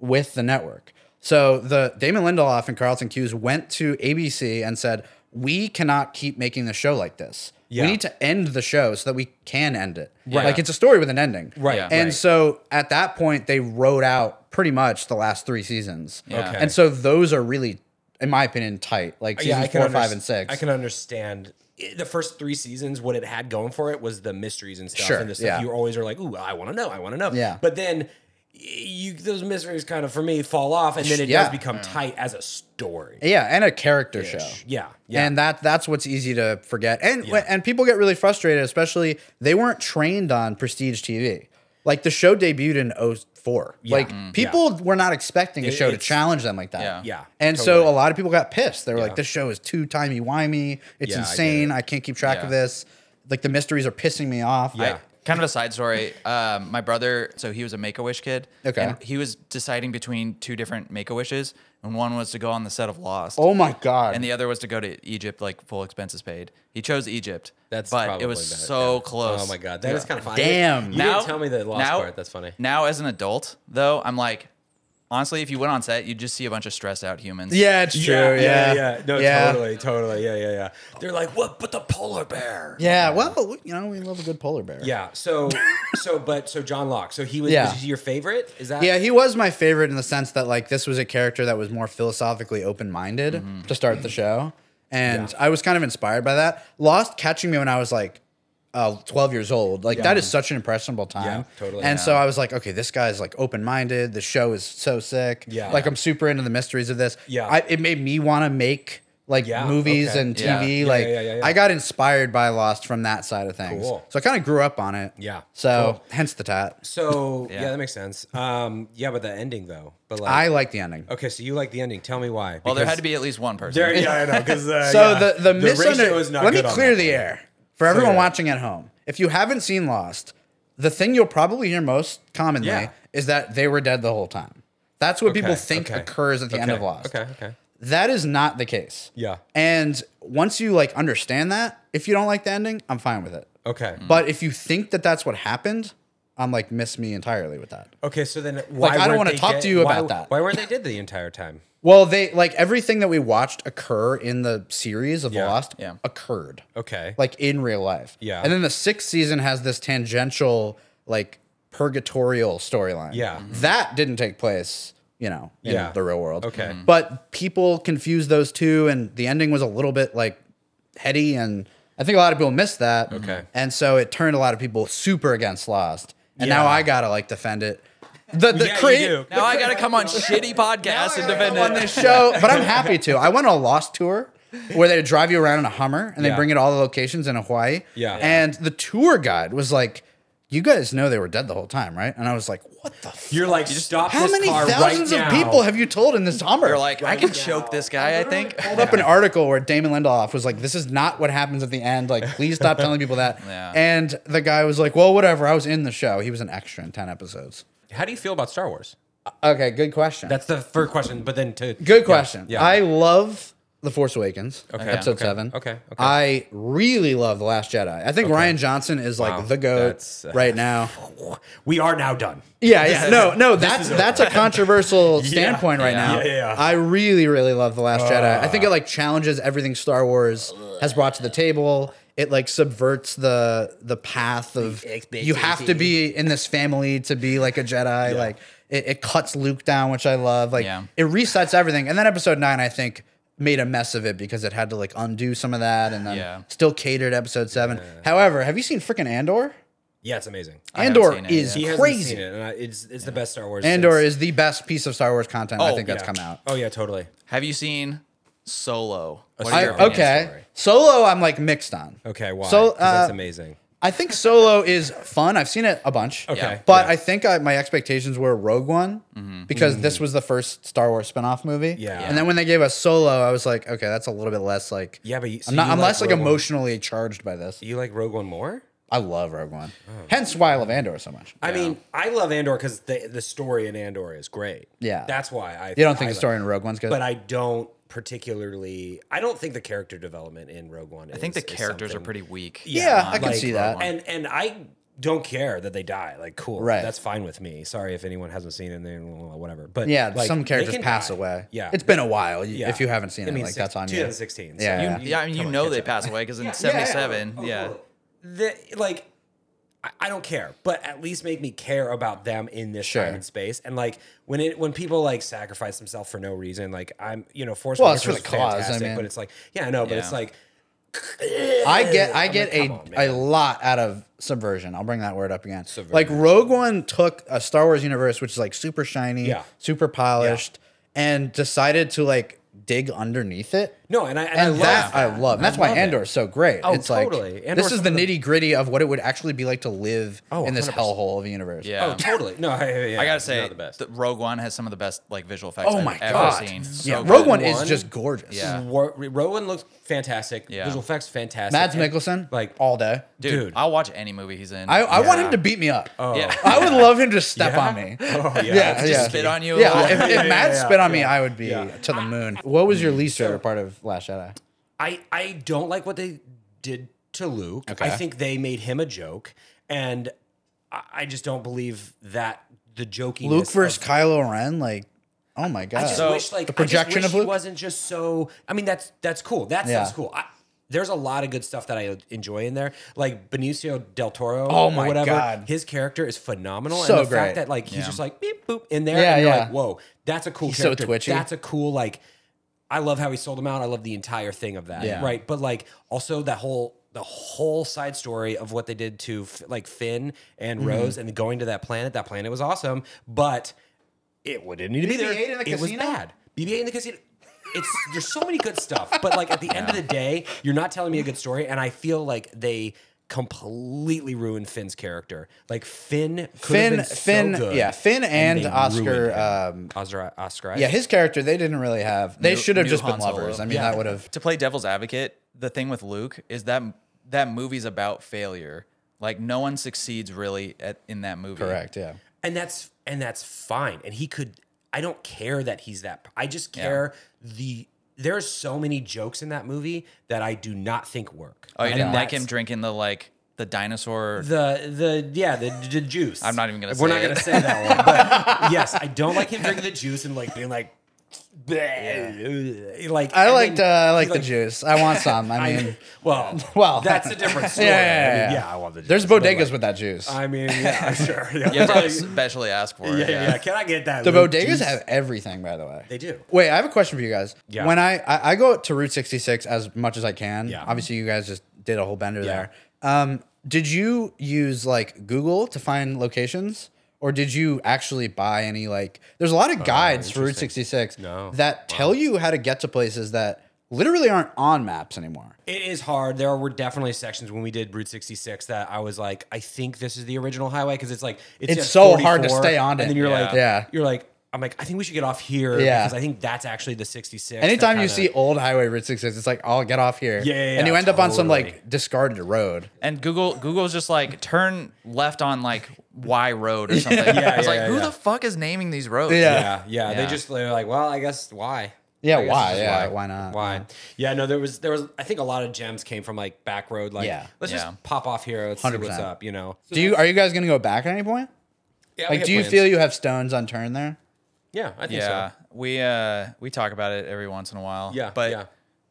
with the network. So the Damon Lindelof and Carlton Cuse went to ABC and said, "We cannot keep making the show like this.
Yeah.
We need to end the show so that we can end it.
Right.
Like it's a story with an ending.
Right, Yeah.
And
right.
so at that point, they wrote out pretty much the last three seasons.
Yeah.
Okay. Uh,
And so those are really, in my opinion, tight. Like season
I can
four, five,
underst-
and six.
I can understand it- the first three seasons. What it had going for it was the mysteries and stuff,
Sure,
and the stuff
yeah.
you always are like, "Ooh, I want to know, I want to know."
Yeah.
but then y- you those mysteries kind of for me fall off, and then it
Yeah.
does become
Mm.
tight as a story.
Yeah, and a character show.
Yeah, yeah.
And that that's what's easy to forget. And and people get really frustrated, especially they weren't trained on prestige TV. Like the show debuted in 04. Like people were not expecting a
Mm. It-
show to
it's-
challenge them like that.
Yeah.
Yeah,
And so
totally.
a lot of people got pissed. They were like, this show is too timey wimey. It's
Yeah, I get
insane.
it.
I, can't keep track
Yeah.
of this. Like the mysteries are pissing me off.
Yeah.
I- kind of a side story. Um, my brother, so he was a Make a Wish kid.
Okay.
And he was deciding between two different Make a Wishes, and one was to go on the set of Lost.
oh my God.
And the other was to go to Egypt, like full expenses paid. He chose Egypt.
That's
but
probably
it was
better,
so close.
Oh my god, that is kind of funny.
Damn.
You didn't tell me the last part. That's funny.
Now, as an adult, though, I'm like, honestly, if you went on set, you'd just see a bunch of stressed out humans.
yeah, it's true. Yeah.
yeah, yeah. No, totally, totally. Yeah, yeah, yeah. They're like, "What?" But the polar bear.
Yeah, well, you know, we love a good polar bear.
Yeah.
(laughs)
So, so, but so John Locke. So he was,
Yeah.
was he your favorite? Is that
Yeah, he was my favorite in the sense that like this was a character that was more philosophically open-minded
Mm-hmm.
to start the show, and I was kind of inspired by that. Lost catching me when I was like uh, 12 years old. Like that is such an impressionable time.
Yeah, totally.
And so I was like, okay, this guy's like open-minded. The show is so sick.
Yeah.
Like I'm super into the mysteries of this.
Yeah.
I, it made me want to make like
Yeah,
movies
okay.
and
Yeah.
TV.
Yeah,
like
yeah, yeah, yeah.
I got inspired by Lost from that side of things.
Cool.
So I kind of grew up on it.
Yeah,
So
cool.
hence the tat.
So yeah.
Yeah.
that makes sense. Um, yeah, but the ending though. But like,
I like the ending.
okay, so you like the ending? Tell me why.
Well, there
Because-
had to be at least one person.
(laughs)
There, yeah, I know. Because uh,
So
yeah,
the the, misunderstanding.
ratio is not
Let me
good on
clear
that.
the air for everyone
it.
watching at home. If you haven't seen Lost, the thing you'll probably hear most commonly
Yeah.
is that they were dead the whole time. That's what people
Okay,
think
okay,
occurs at the end
okay,
of Lost.
Okay, okay.
That is not the case.
Yeah.
And once you like understand that, if you don't like the ending, I'm fine with it.
Okay.
But if you think that that's what happened, I'm like miss me entirely with that.
okay, so then why
I don't
weren't
wanna
they
talk
dead-
to you
why-
about that.
Why weren't they dead the entire time?
Well, they like everything that we watched occur in the series of
Yeah,
Lost
yeah.
occurred.
Okay.
like in real life.
Yeah.
And then the sixth season has this tangential, like purgatorial storyline. Mm-hmm.
Yeah. Mhm.
That didn't take place, you know, in
Yeah.
the real world.
Okay. Mhm.
But people confuse those two, and the ending was a little bit like heady, and I think a lot of people missed that.
Okay.
And so it turned a lot of people super against Lost. And now
Yeah.
I gotta like defend it. The the
Yeah, you
create
do.
Now I got to come on shitty podcasts and defend
on
it.
(laughs)
this show, but I'm happy to. I went on a Lost tour where they drive you around in a Hummer and they
Yeah.
bring you to all the locations in Hawaii.
Yeah.
And the tour guide was like, "You guys know they were dead the whole time, right?" And I was like, "What the? F-
You're like, stop.
how
this
many
car
thousands
right
of
now."
people have you told in this Hummer?"
You're like, I can choke this guy, I think.
pulled up an article where Damon Lindelof was like, "This is not what happens at the end. Like,
(laughs)
please stop telling people that."
Yeah.
And the guy was like, "Well, whatever. I was in the show. He was an extra in ten episodes."
How do you feel about Star Wars?
Okay, good question.
That's the first question. But then to
Good question.
Yeah.
I love The Force Awakens,
Okay.
episode
Okay.
seven.
Okay. Okay.
I really love The Last Jedi. I think Ryan Johnson is like
Wow.
the goat
That's, uh, (laughs)
right now.
we are now done.
Yeah, yeah. No, no, that's that's a
(laughs)
controversial standpoint right now.
Yeah, yeah, yeah.
I really, really love The Last Jedi. I think it
Ah.
like challenges everything Star Wars has brought to the table. It like subverts the the path of you have to be in this family to be like a Jedi. Like it, it cuts Luke down, which I love. Like
Yeah.
it resets everything. And then episode nine, I think, made a mess of it because it had to like undo some of that and then
Yeah.
still catered episode seven. However, have you seen freaking Andor?
Yeah, it's amazing.
haven't
Andor
seen it,
is
yeah.
He hasn't
crazy.
seen it, and I, it's it's the best Star Wars.
Andor
since-
is the best piece of Star Wars content I
Oh,
think that's
yeah.
come out.
Oh yeah, totally.
Have you seen Solo? What are
I,
your opinions?
okay,
story.
Solo, I'm like mixed on.
Okay, why?
So,
'Cause that's
uh,
amazing.
I think Solo is fun. I've seen it a bunch.
Okay.
But I think I, my expectations were Rogue One because this was the first Star Wars spin-off movie.
Mm-hmm. Yeah.
And then when they gave us Solo, I was like, okay, that's a little bit less like
Yeah, but you- so
I'm not
you
I'm
like
less like
Rogue One.
emotionally charged by this.
Do you like Rogue One more?
I love Rogue One. Hence why I love Andor so much.
Oh. I mean, I love Andor because the the story in Andor is great.
Yeah.
that's why I.
you don't think
I
the story
like-
in Rogue One's good?
but I don't particularly. I don't think the character development in Rogue One.
I think the characters are pretty weak.
Yeah, I
Um,
can see that.
And
And and I don't care that they die. Like, cool,
Right.
That's fine with me. Sorry if anyone hasn't seen it, and they- whatever. But
yeah,
like,
some
they
characters
can
pass
die.
away.
Yeah,
It's been a while. You-
Yeah.
If you haven't seen
I mean,
it, like
six-
that's on you.
2016. so
Yeah.
you-
Yeah.
you
yeah, I mean, you
come on,
know
catch
they
up.
pass away because in
yeah, Oh, yeah.
'77, yeah.
the like I, I don't care, but at least make me care about them in this
Sure.
time and space. And like when it when people like sacrifice themselves for no reason, like I'm you know Force
Well,
Awakens
it's for
was
the cause, I
fantastic,
mean.
but it's like yeah, I know, but it's
Yeah.
like
I get I
I'm
get
like, come on,
a, a
man.
lot out of subversion. I'll bring that word up again. Like Rogue One took a Star Wars universe which is like super shiny,
Yeah.
super polished, and decided to like dig underneath it.
no, and I and, I
And
love
that,
that.
I love. And that's why
it.
Andor is so great.
Oh,
it's
totally.
like
Andor's
this is
one
the
of the-
nitty gritty of what it would actually be like to live
Oh,
in this
100%.
hellhole of a universe.
Yeah.
Oh, totally. No, (laughs) I, yeah,
I gotta
it's
say,
not the best.
the Rogue One has some of the best like visual effects
Oh
I've
my
ever
god.
seen. So
yeah,
good.
Rogue One is
One-
just gorgeous.
Yeah.
War, Rogue One looks fantastic.
Yeah.
Visual effects fantastic.
Mads
And,
Mikkelsen, Oh,
like
like all day.
dude,
dude.
I'll watch any movie he's in.
I, Oh. I want him to beat me up.
yeah.
I would love him to step on me.
Oh, yeah.
yeah, yeah.
spit on you. a
Yeah,
little.
if, if Matt
yeah,
spit on me, I would be to the moon. What was your least favorite part of Last Jedi?
I I don't like what they did to Luke. I think they made him a joke, and I, I just don't believe that the joking
Luke versus Kylo Ren, like, oh my god!
I just
So,
wish like
the projection
I just wish
of Luke?
he wasn't just so. I mean, that's that's cool. That
Yeah.
stuff's cool. I, there's a lot of good stuff that I enjoy in there, like Benicio del Toro.
Oh
or
my
whatever.
God.
His character is phenomenal,
So
and the
great.
fact that like he's
Yeah.
just like beep boop in there,
Yeah,
and you're
yeah.
like, whoa, that's a cool
He's so
character.
twitchy.
That's a cool like. I love how he sold him out. I love the entire thing of that,
Yeah.
right? But like also that whole the whole side story of what they did to F- like Finn and
Mm-hmm.
Rose and going to that planet. That planet was awesome, but it didn't need to be there.
BB-8 in the
it was
casino?
bad. BB-8 in the casino. It's there's so many good stuff, but like at the end of the day, you're not telling me a good story, and I feel like they completely ruined Finn's character. Like Finn, could
Finn,
have been so
Finn,
good,
yeah, Finn and,
they
Oscar,
ruined him.
um,
Oscar, Oscar,
yeah, his character they didn't really have. They
New-
should have
new
just
Han
been
Solo.
lovers. I mean,
Yeah.
that would have.
to play devil's advocate, the thing with Luke is that that movie's about failure. Like no one succeeds really at, in that movie.
Correct. Yeah.
and that's and that's fine and he could i don't care that he's that i just care the there's so many jokes in that movie that i do not think work
Oh, you
And
didn't like
that's-
him drinking the like the dinosaur.
the the yeah the, the juice
I'm not even gonna
we're
say
not
it.
gonna say that
(laughs)
one but yes i don't like him drinking the juice and like being like bleh, like
I
and
liked. Uh,
then
I
he,
like the
like,
juice. I
(laughs)
want some. I mean,
well
Well,
well that's a
(laughs)
different
yeah,
story
yeah, yeah,
I, mean,
yeah.
yeah I want the juice
there's
but,
bodegas
like,
with that juice.
i mean yeah
(laughs)
sure (laughs) yeah,
you have to
like,
like, specially ask for it.
yeah, yeah, yeah. can i get that
the
Luke
bodegas
juice?
have everything, by the way.
they do
Wait, I have a question for you guys.
Yeah.
When I, I I go to Route 66 as much as I can.
Yeah.
Obviously, you guys just did a whole bender there. Um, did you use like Google to find locations, or did you actually buy any like? There's a lot of guides for Route 66
Oh, No.
that tell you how to get to places that literally aren't on maps anymore.
It is hard. There were definitely sections when we did Route 66 that I was like, I think this is the original highway because it's like it's,
It's
just
so hard to
44,
stay on
and
it.
then you're like,
Yeah. Yeah.
you're like, I'm like, I think we should get off here
Yeah.
because I think that's actually the 66. that
Anytime you
kinda-
see old highway Route 66, it's like, I'll get off here.
Yeah, yeah,
and you
yeah,
end up on some
totally.
like discarded road.
And Google Google's just like turn left on like Y road or something. Yeah, it's
(laughs) yeah,
like
yeah,
who
yeah.
the fuck is naming these roads?
Yeah.
yeah, yeah,
Yeah.
they just they're like, well, I guess why?
Yeah,
I guess
why?
it's just
Yeah, why not?
Why? Yeah, no, there was there was I think a lot of gems came from like back road, like
Yeah.
let's
Yeah.
just pop off here, let's see what's
100%.
up, you know.
Do you are you guys gonna go back at any point?
Yeah, Oh, we
Like,
had
do you
plans.
feel you have stones unturned there?
Yeah, I think
Yeah,
so.
we uh we talk about it every once in a while.
Yeah,
but
yeah.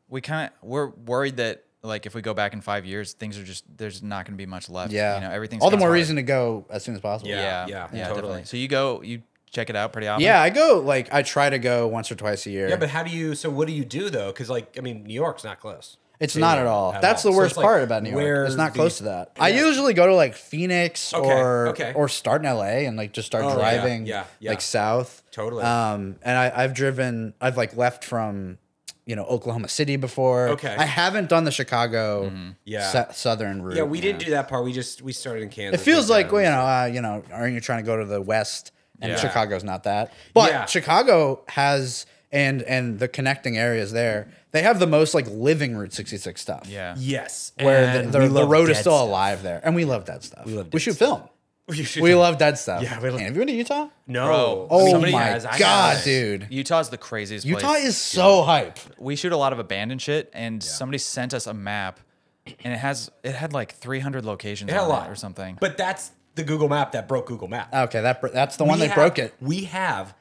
we kind of we're worried that like if we go back in five years, things are just there's not going to be much left.
Yeah,
you know everything's
all the
gotten
more
harder.
reason to go as soon as possible.
Yeah,
Yeah. yeah,
yeah,
totally.
definitely. So you go, you check it out pretty often.
yeah, I go like I try to go once or twice a year.
Yeah, but how do you? So what do you do though? Because like, I mean, New York's not close.
it's
to
not
you
at all. That's
all.
the
So
worst
it's like,
part about New York.
where
It's not
the-
close to that. I
Yeah.
usually go to like Phoenix
Okay,
or
okay. Oh,
or start in LA and like just start
yeah,
driving
yeah, yeah.
like south.
Totally.
Um, and I I've driven I've like left from you know Oklahoma City before.
Okay. Mm-hmm.
I haven't done the Chicago
Yeah.
sou- southern route.
Yeah, we didn't
yeah.
do that part. We just we started in Kansas.
It feels like
we
well, you know, uh, you know, aren't you trying to go to the west? And
Yeah.
Chicago's not that, but
Yeah.
Chicago has and and the connecting areas there. They have the most like living Route 66 stuff.
Yeah.
yes,
where the,
and
the,
we
the
love
road is
dead
still
stuff.
alive there, and we love that stuff. We
love
We
dead
should
stuff. (laughs)
film.
We should-
We love dead stuff.
Yeah, we love-
Man, have you been to Utah?
No,
Oh
somebody
my
has. I have
god,
it.
dude!
Utah's the craziest
Utah
place.
is so hype.
we shoot a lot of abandoned shit, and somebody sent us a map, and it has it had like 300 locations
Yeah, a
on
lot
it or something.
But that's the Google Map that broke Google Map.
Okay, that bro- that's the Uh, one
We
that
have-
broke it.
We have,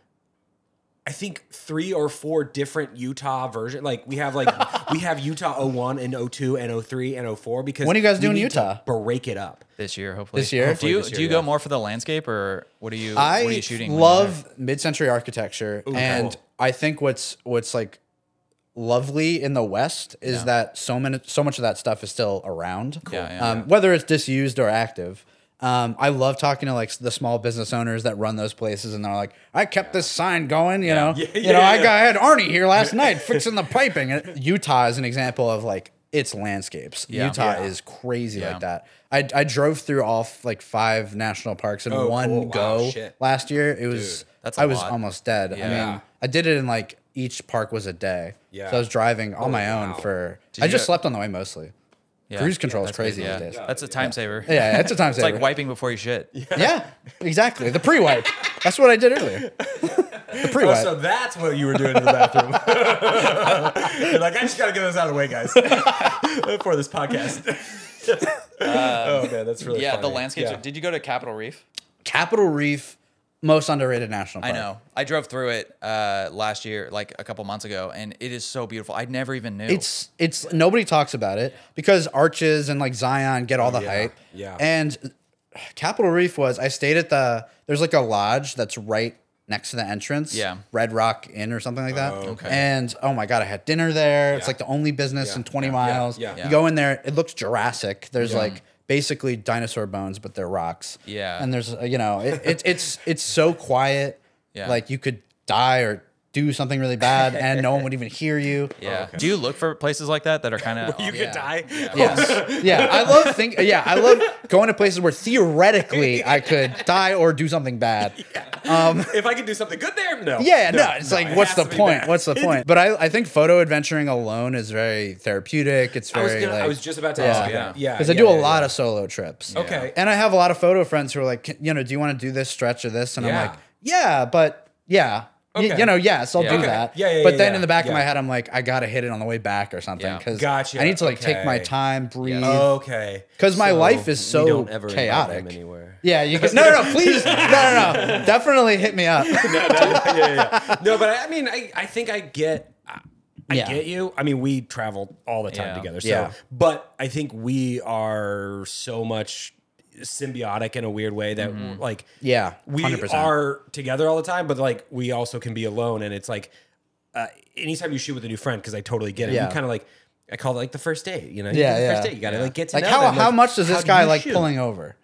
I think, three or four different Utah version. Like we have like
(laughs)
we have Utah 01 and 02 and 03 and 04 because
When are you guys
we
doing
need to
Utah?
break it up.
this year, hopefully.
This year?
Do
Hopefully
you
this
do you
year,
go
yeah.
more for the landscape or what are you
I
what are you shooting? when you're
love mid-century architecture, and
cool.
I think what's what's like lovely in the West is that so many so much of that stuff is still around.
Yeah, yeah,
um, Whether it's disused or active. Um, I love talking to like the small business owners that run those places, and they're like, "I kept this sign going, you know, you know,
yeah,
I
yeah.
got I had Arnie here last night fixing
(laughs)
the piping. And Utah is an example of like its landscapes.
Yeah.
Utah
Yeah.
is crazy
Yeah.
like that. I, I drove through all f- like five national parks in
Oh,
one
cool. Wow,
go
shit.
last year. It was
that's a
I was
lot.
almost dead. I
Yeah.
mean, I did it in like each park was a day.
Yeah.
So I was driving on my own
wow.
for.
Did
I
you
just
get-
slept on the way mostly.
Yeah.
Cruise control is
That's
crazy
yeah.
these days.
That's a time saver.
(laughs) Yeah, it's a
(laughs)
time
It's
saver.
like wiping before you shit.
Yeah, exactly. The pre-wipe. That's what I did earlier. (laughs) The pre-wipe.
Oh, so that's what you were doing in the bathroom. (laughs) You're like, I just got to get this out of the way, guys, (laughs) for this podcast. (laughs) oh man, that's really
Yeah, the
funny.
landscapes.
Yeah.
Are, did you go to Capitol Reef?
Capitol Reef, most underrated national
I
park.
know. I drove through it uh, last year, like a couple months ago, and it is so beautiful. I never even knew.
It's it's nobody talks about it because arches and like Zion get all the
Oh, yeah,
hype.
yeah.
And Capitol Reef was I stayed at the there's like a lodge that's right next to the entrance.
Yeah.
Red Rock Inn or something like that.
okay.
And oh my god, I had dinner there. It's
Yeah.
like the only business in 20
yeah,
miles.
yeah, yeah.
You go in there, it looks Jurassic. There's like basically dinosaur bones, but they're rocks.
Yeah.
And there's uh, you know it, it, it's it's so quiet.
Yeah.
Like you could die or. Do something really bad, and no one would even
(laughs)
hear you.
yeah. Do you look for places like that that are kind
(laughs)
of?
You could die. (laughs)
Yes. Yeah, I love think. Yeah, I love going to places where theoretically I could die or do something bad.
Oh, If I could do something good there, no.
Yeah, no, it's like,
it
what's
has
the
to be
point?
bad.
What's the point? But I, I think photo adventuring alone is very therapeutic. It's
I
very
was, gonna,
like
I was just about to
yeah.
ask you.
Yeah.
that. Yeah,
because I
yeah,
do
yeah,
a lot
yeah.
of solo trips.
Okay.
and I have a lot of photo friends who are like, "Can- you know, do you want to do this stretch or this? And
Yeah.
I'm like, yeah, but yeah. Y-
Okay.
you know, yes, I'll
Yeah.
do
Okay.
that.
Yeah, yeah,
but
yeah,
then
yeah.
in the back
Yeah.
of my head, I'm like, I gotta hit it on the way back or something
Yeah.
because
Gotcha.
I need to like take my
Okay.
time, breathe,
Okay.
'Cause my life is
we
so
don't ever invite
chaotic.
him anywhere. (laughs)
Yeah, you can. No, no, no, please. No, no, no. Definitely hit me up.
(laughs) no, but I, I mean, I, I think I get, I, I
Yeah.
get you. I mean, we travel all the time
Yeah.
together. So,
Yeah.
but I think we are so much symbiotic in a weird way that like,
Mm-hmm. Yeah,
we
100%.
are together all the time, but like we also can be alone. And it's like, uh, anytime you shoot with a new friend, because I totally get it.
Yeah.
You kind of like, I call it like the first date, you know?
Yeah,
you do the First
yeah.
date, you gotta like get to
Like
know
how
them,
how much does this
how
guy
you
like
shoot?
pulling over?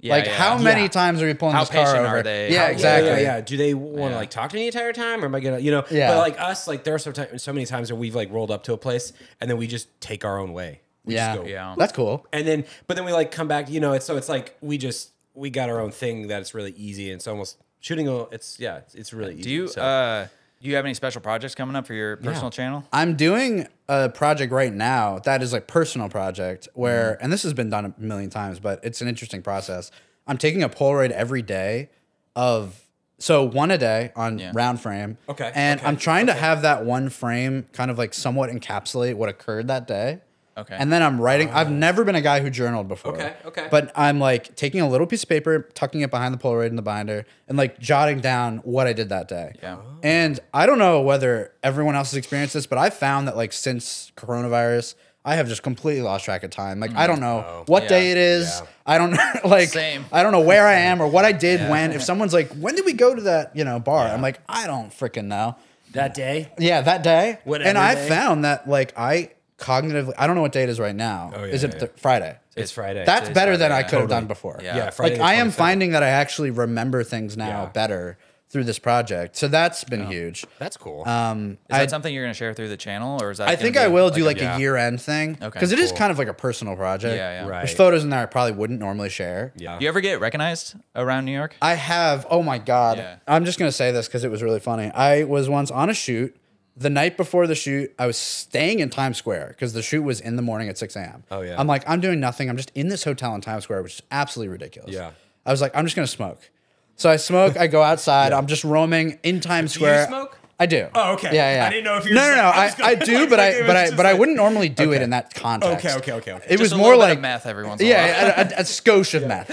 Yeah,
like
yeah.
how many
Yeah.
times are you pulling
How
this car
patient
over?
are they?
Yeah,
How-
Yeah, yeah,
exactly.
Yeah, Do they want to
Yeah.
like talk to me the entire time, or am I gonna, you know?
Yeah.
But like us, like there are so times, so many times that we've like rolled up to a place and then we just take our own way. We
Yeah.
Just go.
Yeah.
That's cool.
And then, but then we like come back, you know. It's so it's like we just we got our own thing that it's really easy. And it's almost shooting. A, it's yeah. It's, it's really easy.
Do you?
so.
Uh, do you have any special projects coming up for your personal channel?
I'm doing a project right now that is like personal project where,
Mm-hmm.
and this has been done a million times, but it's an interesting process. I'm taking a Polaroid every day of so one a day on round frame.
Okay,
And
okay,
I'm trying to have that one frame kind of like somewhat encapsulate what occurred that day.
Okay.
And then I'm writing. I've never been a guy who journaled before.
Okay, okay.
But I'm like taking a little piece of paper, tucking it behind the Polaroid in the binder, and like jotting down what I did that day.
Yeah. Oh.
And I don't know whether everyone else has experienced this, but I've found that like since coronavirus, I have just completely lost track of time. Like I don't know
Oh,
what
Yeah.
day it is. I don't (laughs) like
Same.
I don't know where I am or what
(laughs)
I did when. If someone's like, "When did we go to that, you know, bar?" I'm like, "I don't freaking know."
that day?
Yeah, that day.
Whatever
and I
day.
found that like I cognitively I don't know what day it is right now.
Oh, yeah,
is it
yeah.
th- Friday?
It's Friday.
That's
Today's
better than
Friday,
I
yeah.
could have done before.
Yeah.
yeah. Friday
like
the
I am
25th.
finding that I actually remember things now
Yeah.
better through this project. So that's been huge.
That's cool.
Um,
Is
I,
that something you're going to share through the channel, or is that?
I
gonna
think
be
I will do
a-
like
yeah.
a year end thing
Okay,
because it is
cool.
kind of like a personal project.
Yeah, yeah.
Right.
There's photos in there I probably wouldn't normally share.
yeah.
Do you ever get recognized around New York?
I have. Oh my god.
Yeah.
I'm just gonna say this because it was really funny. I was once on a shoot. The night before the shoot, I was staying in Times Square because the shoot was in the morning at 6 a.m.
Oh, yeah.
I'm like, I'm doing nothing. I'm just in this hotel in Times Square, which is absolutely ridiculous.
Yeah.
I was like, I'm just gonna smoke. So I smoke. I go outside. I'm just roaming in Times
you
Square.
smoke?
I do.
Oh, okay.
Yeah, yeah.
I didn't know if you were
No, no,
just
no.
like, I'm
I,
just
I
gonna- (laughs)
do,
like,
but
it
I,
was
but I,
just
but I
like-
wouldn't normally do it in that context.
Okay, okay, okay, okay.
It
Just
was
a
more
little bit
like
of meth every once in a while. (laughs)
yeah, a, a, a skosh of meth.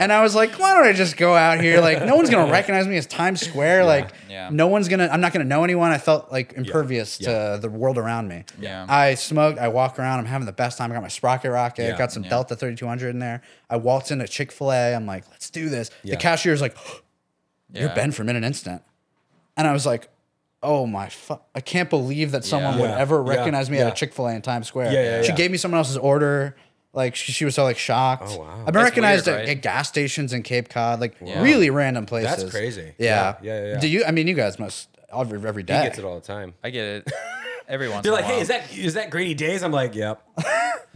And I was like, why don't I just go out here? Like, no
(laughs)
one's gonna recognize me as Times Square. Like,
Yeah.
no one's gonna. I'm not gonna know anyone. I felt like impervious to the world around me.
Yeah.
I smoked. I walk around. I'm having the best time. I got my sprocket rocket.
Yeah.
Got some Delta 3200 in there. I walked into Chick Fil A. I'm like, let's do this. The cashier's like, you're
Yeah.
Ben from In an Instant, and I was like. Oh my! Fu- I can't believe that someone
Yeah.
would
Yeah.
ever
Yeah.
recognize me at
Yeah.
a Chick Fil A in Times Square.
Yeah, yeah,
she
yeah.
gave me someone else's order. Like she, she was so like shocked.
Oh, wow.
I've been
That's
recognized
weird,
at,
right?
at gas stations in Cape Cod, like really random places.
crazy.
Yeah,
Yeah.
yeah, yeah, yeah.
Do you? I mean, you guys must every every day.
He gets it all the time.
I get
(laughs)
it. Every once.
They're
in a
like, hey,
while.
is that is that Grady Days? I'm like,
(laughs)
yep.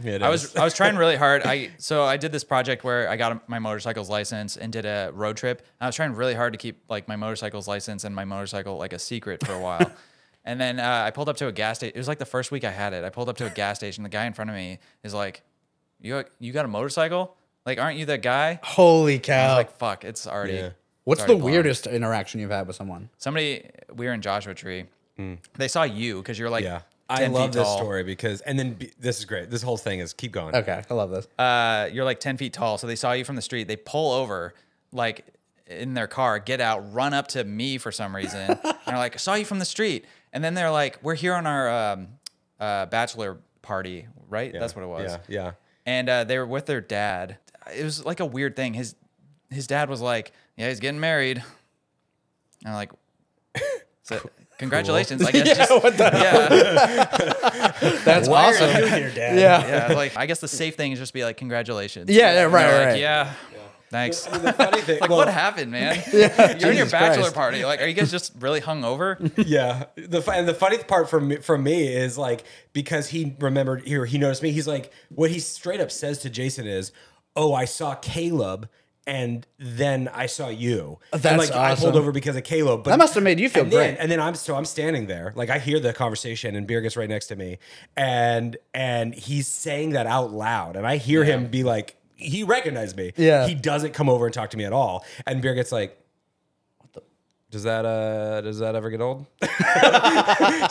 Yeah, it
I
is.
was I was trying really
(laughs)
hard. I so I did this project where I got my motorcycle's license and did a road trip. I was trying really hard to keep like my motorcycle's license and my motorcycle like a secret for a
(laughs)
while. and then uh, I pulled up to a gas station. It was like the first week I had it. I pulled up to a gas station. The guy in front of me is like, "You you got a motorcycle? Like, aren't you that guy?"
(sighs)
Holy cow!
Like, fuck, it's already.
Yeah.
What's
it's
the
already blown.
weirdest interaction you've had with someone?
Somebody we were in Joshua Tree. They saw you because you're like.
Mm. Yeah.
10
I
feet
love this
tall.
story because, and then be- this is great. This whole thing is keep going.
Okay, I love this.
uh, you're like 10 feet tall. So they saw you from the street. They pull over, like in their car, get out, run up to me for some reason. and they're like, I saw you from the street. And then they're like, we're here on our um, uh, bachelor party, right? That's what it was.
Yeah. Yeah.
And uh, they were with their dad. It was like a weird thing. His his dad was like, yeah, he's getting married. And I'm like, so, congratulations. I guess just, (laughs) yeah.
That's awesome.
Dad.
Yeah.
yeah,
(laughs)
like I guess the safe thing is just be like, congratulations.
Yeah, yeah,
And
right,
they're
right,
like,
right.
Yeah. Thanks.
The funny
(laughs)
thing,
like (laughs)
well,
what happened, man? (laughs) You're in your
Jesus
bachelor
Christ.
party. Like, are you guys just really hungover?
Yeah. The fu- and the funny part for me for me is like because he remembered here he noticed me. He's like what he straight up says to Jason is, "Oh, I saw Caleb." And then I saw you. And,
That's
like I pulled
awesome.
over because of Caleb. But
That must have made you feel
and then-
great.
and then I'm so I'm standing there, like I hear the conversation, and Beer gets right next to me, and and he's saying that out loud, and I hear him be like, he recognized me.
Yeah.
He doesn't come over and talk to me at all, and Beer gets like, does that uh does that ever get old? (laughs)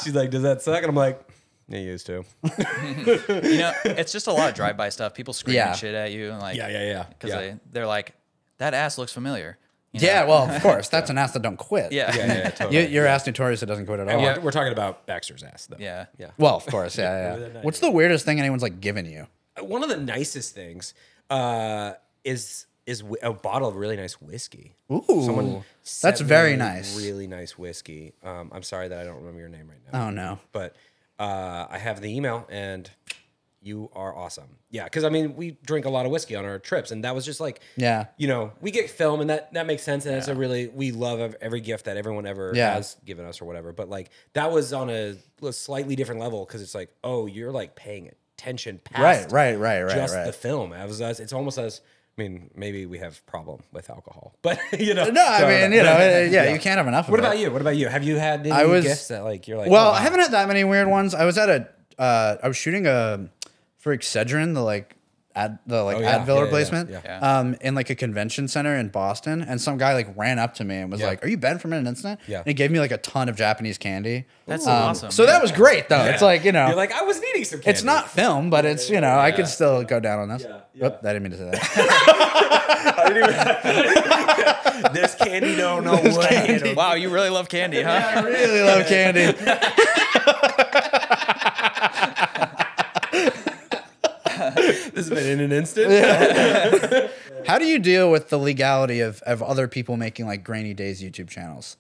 She's like, does that suck? And I'm like, it used
You
to.
(laughs)
know, it's just a lot of drive-by stuff. People screaming
Yeah.
shit at you, and like,
Yeah, yeah, (laughs) yeah.
because
yeah.
they they're like, that ass looks familiar. you know?
Yeah.
(laughs)
Well, of course. That's an ass that don't quit.
yeah,
yeah,
yeah,
yeah, (laughs) yeah, totally.
You, you're ass notorious that doesn't quit at all.
We're, we're talking about Baxter's ass though.
yeah.
Well, of course.
(laughs)
Yeah. Yeah. What's the weirdest thing anyone's like given you?
One of the nicest things uh is is wh- a bottle of really nice whiskey.
Ooh,
sent
that's very
me
nice.
Really nice whiskey. Um, I'm sorry that I don't remember your name right now.
oh no.
But uh, I have the email and you are awesome. Yeah, because I mean, we drink a lot of whiskey on our trips, and that was just like,
Yeah.
you know, we get film, and that that makes sense, and that's a really we love ev- every gift that everyone ever
Yeah.
has given us or whatever. But like that was on a a slightly different level because it's like, oh, you're like paying attention past
right, right, right,
just
right.
the film. I was, it's almost as I mean, maybe we have problem with alcohol, (laughs) but you know,
No, I
so don't
mean, you know, it- yeah, you can't have enough. Of
what
it.
about you? What about you? Have you had any
I was-
gifts that like you're like?
Well,
oh, wow.
I haven't had that many weird ones. I was at a, uh, I was shooting a for Excedrin, the like. Ad, the like
Oh, yeah.
Advil
Yeah, yeah,
replacement,
yeah,
yeah.
um, in like a convention center in Boston, and some guy like ran up to me and was like, "Are you Ben from an instant?"
Yeah.
and he gave me like a ton of Japanese candy.
That's
Um,
awesome.
So that was great though. It's like you know,
You're like I was needing some. Candy. (laughs)
it's not film, but it's you know, I could still go down on this. Oop, I didn't mean to say that.
this candy. No,
(laughs)
no way.
Yeah. (laughs) Wow, you really love candy, huh?
I really love candy.
This has been in an instant. (laughs)
How do you deal with the legality of, of other people making like Grainy Days YouTube channels?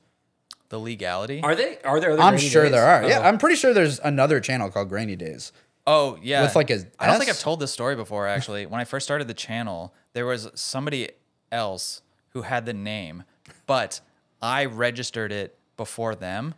The legality.
Are they? Are there? Other
I'm
rainy
sure
days?
there are. Yeah,
Oh.
I'm pretty sure there's another channel called Grainy Days.
Oh yeah,
With, like, a
I don't think
S?
I've told this story before. Actually, when I first started the channel, there was somebody else who had the name, but I registered it before them.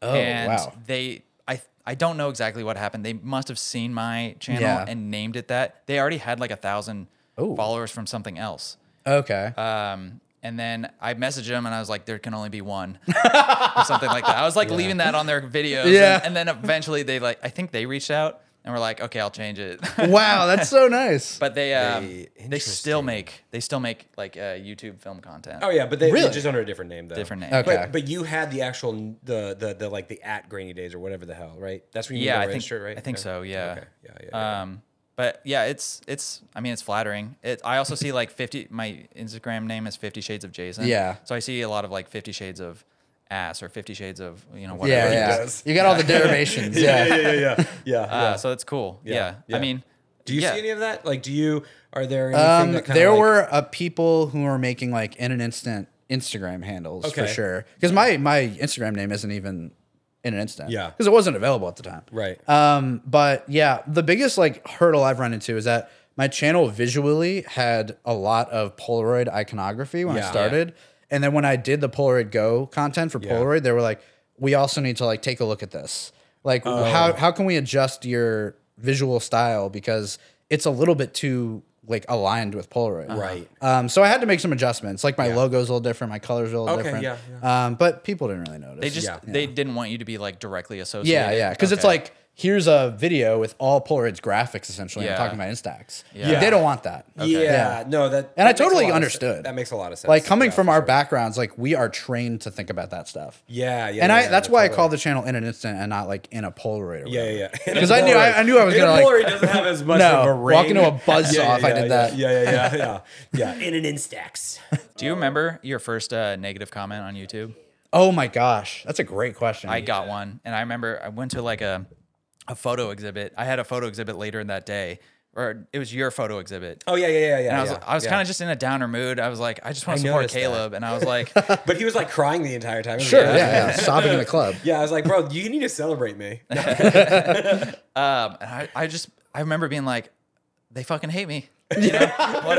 Oh
and
wow.
they I I don't know exactly what happened. They must have seen my channel
Yeah.
and named it that. They already had like a thousand
Ooh.
followers from something else.
Okay.
Um, and then I messaged them and I was like, there can only be one or something like that. I was like leaving that on their videos. and-
Yeah.
And, then eventually they like, I think they reached out and were like, okay, I'll change it.
wow, that's so nice.
(laughs) but they, um,
Very
they still make, they still make like uh, YouTube film content.
Oh yeah, but they,
Really?
are just under a different name though.
Different name.
Okay.
But, but you had the actual n- the the the like the at Grainy Days or whatever the hell, right? That's when you
yeah,
got
I think,
registered, right?
I think
Okay.
so. Yeah.
Okay. Yeah. Yeah. yeah.
Um, but yeah, it's it's. I mean, it's flattering. It. I also see like fifty. My Instagram name is Fifty Shades of Jason.
Yeah.
So I see a lot of like Fifty Shades of ass or Fifty Shades of you know whatever.
yeah,
it
yeah.
is.
does.
You got all the derivations.
(laughs)
Yeah.
yeah. Yeah. Yeah. Yeah.
(laughs) Uh, So that's cool. Yeah.
yeah.
I mean,
do you
yeah.
see any of that? Like, do you? Are there? Anything
Um,
that kinda,
there
like-
were uh, people who were making like in an instant Instagram handles for
Okay.
sure. Because my my Instagram name isn't even in an instant.
Yeah.
Because it wasn't available at the time.
Right.
Um, but yeah, the biggest like hurdle I've run into is that my channel visually had a lot of Polaroid iconography when I
Yeah.
started, and then when I did the Polaroid Go content for Polaroid, they were like, "We also need to like take a look at this. Like,
Oh.
how how can we adjust your visual style because it's a little bit too." Like aligned with Polaroid,
Right.
Um, so I had to make some adjustments. Like my logo's a little different, my colors are a little
Okay,
different.
yeah,
Um, but people didn't really notice.
They just
Yeah.
they didn't want you to be like directly associated.
Yeah, yeah. Because it's
Okay.
like here's a video with all Polaroid's graphics essentially. I'm
Yeah.
talking about Instax.
Yeah.
Like, They don't want that.
Yeah, No. That.
And I
that makes a
totally
lot of se-
understood.
That makes a lot of sense.
Like coming
yeah,
from
for
our
sure.
backgrounds, like we are trained to think about that stuff.
Yeah. Yeah.
And
yeah,
I
yeah,
that's why I
totally.
call the channel in an instant and not like in a Polaroid or whatever.
Yeah, yeah, yeah.
Because I knew I, I knew I was
In a
gonna
Polaroid
like
doesn't have as much
No,
of a
walk
ring.
into a buzzsaw if I did that.
Yeah, yeah, yeah,
(laughs)
yeah, yeah. In an Instax.
Do you remember your first uh, negative comment on YouTube?
Oh my gosh. That's a great question.
I got one, and I remember I went to like a a photo exhibit. I had a photo exhibit later in that day, or it was your photo exhibit.
Oh yeah, yeah, yeah, yeah.
And I was,
yeah,
I was
yeah.
kind of just in a downer mood. I was like, I just want
I
to support
noticed that.
Caleb, and I was
(laughs)
like,
But he was like crying the entire time.
Sure, yeah, yeah. Sobbing in the club.
(laughs) Yeah, I was like, bro, you need to celebrate
(laughs)
me.
um, and I, I just, I remember being like, they fucking hate me. You know? What-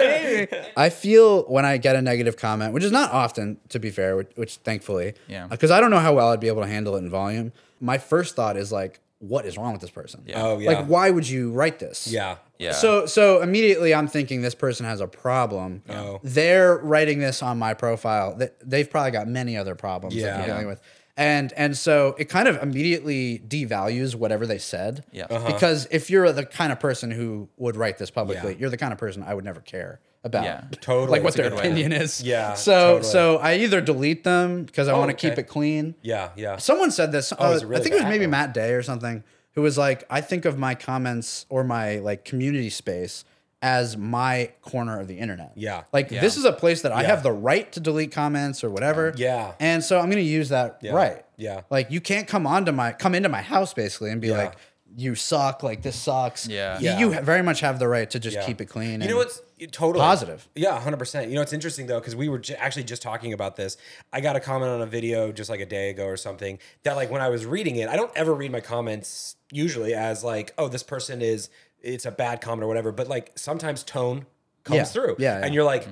I feel when I get a negative comment, which is not often, to be fair, which, which thankfully,
Yeah.
because I don't know how well I'd be able to handle it in volume. My first thought is like, what is wrong with this person?
Yeah.
Oh yeah.
Like, why would you write this?
Yeah.
yeah.
So, so immediately I'm thinking this person has a problem.
Oh.
They're writing this on my profile. Th- They've probably got many other problems that
Yeah.
they're dealing with. And and so it kind of immediately devalues whatever they said.
Yeah. Uh-huh.
Because if you're the kind of person who would write this publicly,
Yeah.
you're the kind of person I would never care about.
Yeah.
Totally.
Like what
That's a
their
good way to-
opinion is.
Yeah,
So
totally. Oh,
so I either delete them because I want to keep
okay.
it clean.
Yeah, yeah.
Someone said this. uh,
is it Oh, really
I think it was
bad?
maybe Matt Day or something who was like, I think of my comments or my like community space as my corner of the internet.
Yeah.
Like
Yeah.
this is a place that I have the right to delete comments or whatever.
Yeah.
And so I'm gonna use that right.
Yeah.
Like you can't come onto my come into my house basically and be like, you suck, like this sucks.
Yeah.
You,
Yeah.
you ha- very much have the right to just
Yeah.
keep it
You
clean. and-
know what's (laughs) totally
positive.
Yeah, hundred percent. You know it's interesting though because we were j- actually just talking about this. I got a comment on a video just like a day ago or something that like when I was reading it, I don't ever read my comments usually as like, oh, this person is it's a bad comment or whatever. But like sometimes tone comes
Yeah.
through,
Yeah, yeah.
and you're like,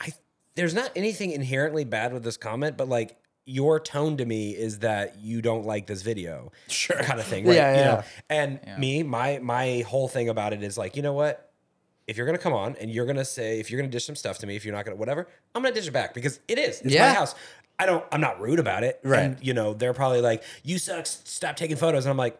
I there's not anything inherently bad with this comment, but like your tone to me is that you don't like this video, sure, kind of thing, right?
Yeah,
You know?
yeah.
And me, my my whole thing about it is like, you know what? If you're gonna come on and you're gonna say, if you're gonna dish some stuff to me, if you're not gonna whatever, I'm gonna dish it back because it is. It's
Yeah.
my house. I don't I'm not rude about it.
Right.
And, you know, they're probably like, you suck, s- stop taking photos. And I'm like,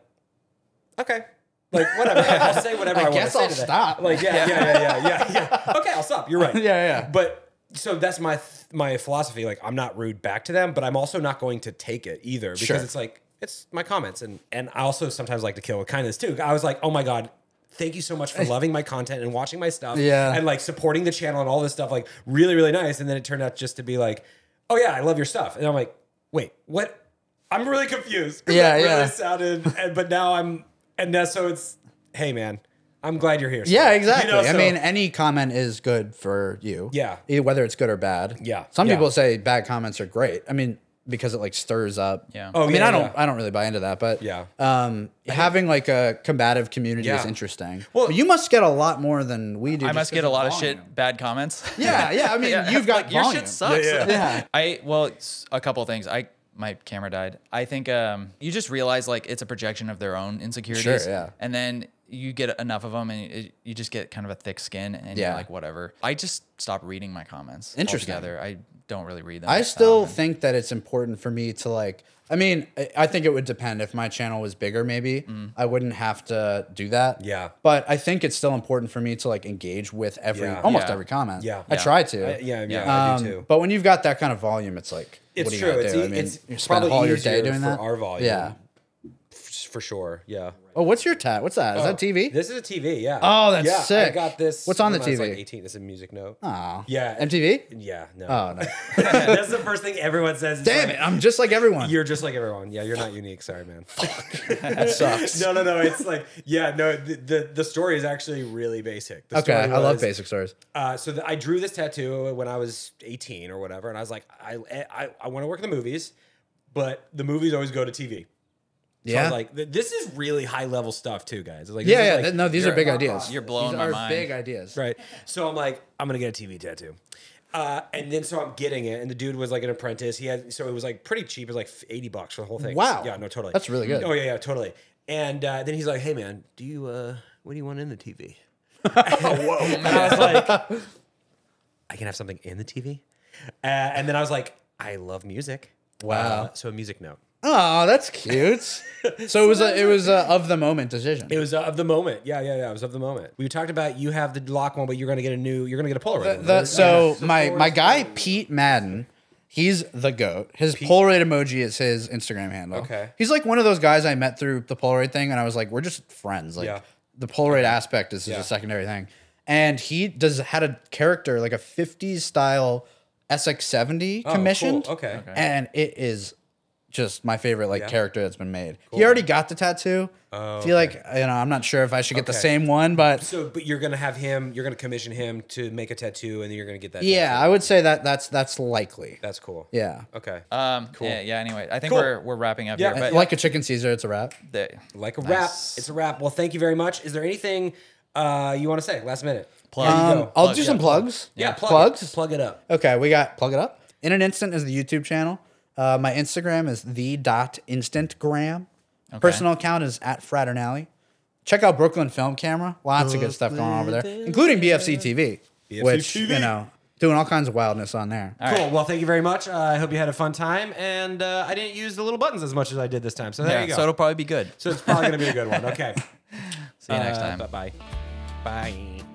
okay. Like whatever. I'll say whatever I,
I
want
guess
to say
I'll
to that.
stop.
Like, yeah, yeah, yeah, yeah, yeah,
(laughs)
yeah. Okay, I'll stop. You're right.
Yeah, yeah.
But so that's my th- my philosophy. Like, I'm not rude back to them, but I'm also not going to take it either because
Sure.
it's like it's my comments, and and I also sometimes like to kill with kindness too. I was like, oh my god. Thank you so much
(laughs)
for loving my content and watching my stuff
Yeah.
and like supporting the channel and all this stuff. Like, really, really nice. And then it turned out just to be like, oh, yeah, I love your stuff. And I'm like, wait, what? I'm really confused. 'cause
Yeah,
that
yeah.
Really sounded, and, but now I'm, and now so it's, hey man, I'm glad you're here.
Yeah,
still.
exactly.
You know,
I
so-
mean, any comment is good for you.
Yeah.
E- Whether it's good or bad.
Yeah,
Some
yeah.
people say bad comments are great. I mean, because it like stirs up.
Yeah.
I
Oh,
mean,
yeah,
I don't,
yeah.
I don't really buy into that, but
Yeah.
um, having like a combative community is
Yeah.
interesting. Well,
Well-
you must get a lot more than we do.
I
just
must
'cause
get a lot of
volume.
shit, bad comments. (laughs)
Yeah, yeah. I mean, (laughs) you've got
your
volume.
shit sucks.
Yeah, yeah.
Yeah.
(laughs) I well, it's a couple of things. I my camera died. I think um, you just realize like it's a projection of their own insecurities.
Sure, yeah.
And then you get enough of them, and it, you just get kind of a thick skin, and
Yeah.
you're like whatever. I just stop reading my comments.
Interesting.
Altogether. I don't really read them.
I still
Um,
think that it's important for me to like. I mean, I- I think it would depend if my channel was bigger. Maybe I wouldn't have to do that.
Mm. Yeah.
but I think it's still important for me to like engage with every
Yeah.
almost
Yeah.
every comment.
Yeah.
I
Yeah.
try to.
I- yeah, yeah, I
Um,
do too.
But when you've got that kind of volume, it's like
It's
what are you
true.
Gonna
It's
do?
e-
I mean,
it's
you spend a
probably
whole your day
easier
doing
for
that.
our volume.
Yeah.
for sure. Yeah.
Oh, what's your tat? What's that? Is that TV?
Oh, This is a TV. Yeah.
Oh, that's
yeah, I
sick.
got this.
What's on the
when I was,
TV?
Like 18. It's a music note.
oh,
Yeah.
MTV.
Yeah. No.
Oh no!
(laughs) that's the first thing everyone says. It's
Damn
like,
it! I'm just like everyone. (laughs)
You're just like everyone. Yeah, you're not unique. Sorry, man.
that
(laughs)
sucks.
no, no, no. It's like, yeah, no. The, the, the story is actually really basic. The
okay,
story
I love
was-
basic stories.
Uh, so the, I drew this tattoo when I was 18 or whatever, and I was like, I eh, I, I want to work in the movies, but the movies always go to TV. So I
Yeah.
was like, th- this is really high level stuff too, guys. Like, this
yeah,
is
yeah.
like-
th- no, these are
you're-
big ideas.
you're blowing
these
my
are
mind.
Big ideas.
Right. So I'm like, I'm gonna get a TV tattoo. Uh, and then so I'm getting it, and the dude was like an apprentice. He had so it was like pretty cheap. It was like eighty bucks for the whole thing.
Wow.
Yeah. No, totally.
That's really good.
Oh yeah, yeah, totally. And uh, then he's like, Hey man, do
(laughs)
you uh, what do you want in the TV? And I was like, I can have something in the TV. Uh, and then I was like, I love music.
Wow.
Uh, so a music note.
Oh, that's
(laughs)
cute. so it was a it was a of the moment decision.
It was uh, of the moment. Yeah, yeah, yeah. It was of the moment. We talked about you have the lock one, but you're gonna get a new. You're gonna get a Polaroid. one,
The-
right?
so my my guy Pete Madden, he's the goat. His Polaroid emoji is his Instagram handle.
Okay.
He's like one of those guys I met through the Polaroid thing, and I was like, we're just friends. Like
Yeah.
the Polaroid aspect is just a secondary thing. And he does had a character like a '50s style SX70
Oh, cool.
commissioned.
Okay. Okay.
And it is just my favorite like character that's been made. He already got the tattoo. I feel like you know I'm not sure if I should get the
Okay.
same one, but
So, but you're gonna have him. You're gonna commission him to make a tattoo, and then you're gonna get that.
yeah,
tattoo.
I would say that that's that's likely.
that's cool.
Yeah. Uh,
Okay.
Um, Yeah. Yeah. Anyway, I think
Cool.
we're we're wrapping up
Yeah.
here. But
like a chicken Caesar, it's a wrap.
the-
like a wrap.
Nice.
It's a wrap. Well, thank you very much. Is there anything uh, you want to say? Last minute.
Plug.
Yeah, you
Um,
go.
I'll
Plug,
do
yeah,
some
plug.
plugs.
yeah, plug
plugs.
It. Plug it up.
Okay, we got plug it up. In an instant is the YouTube channel. Uh, my Instagram is the dot instantgram. Personal account is at fraternally. Check out Brooklyn Film Camera. Lots of good stuff going on over there, including BFC TV, which you
TV.
know doing all kinds of wildness on there.
cool. Well, thank you very much. Uh, I hope you had a fun time, and uh, I didn't use the little buttons as much as I did this time. So there
yeah,
you go.
so it'll probably be good.
Uh,
so it's probably gonna be a good one. Okay.
See you next time.
Bye bye. Bye.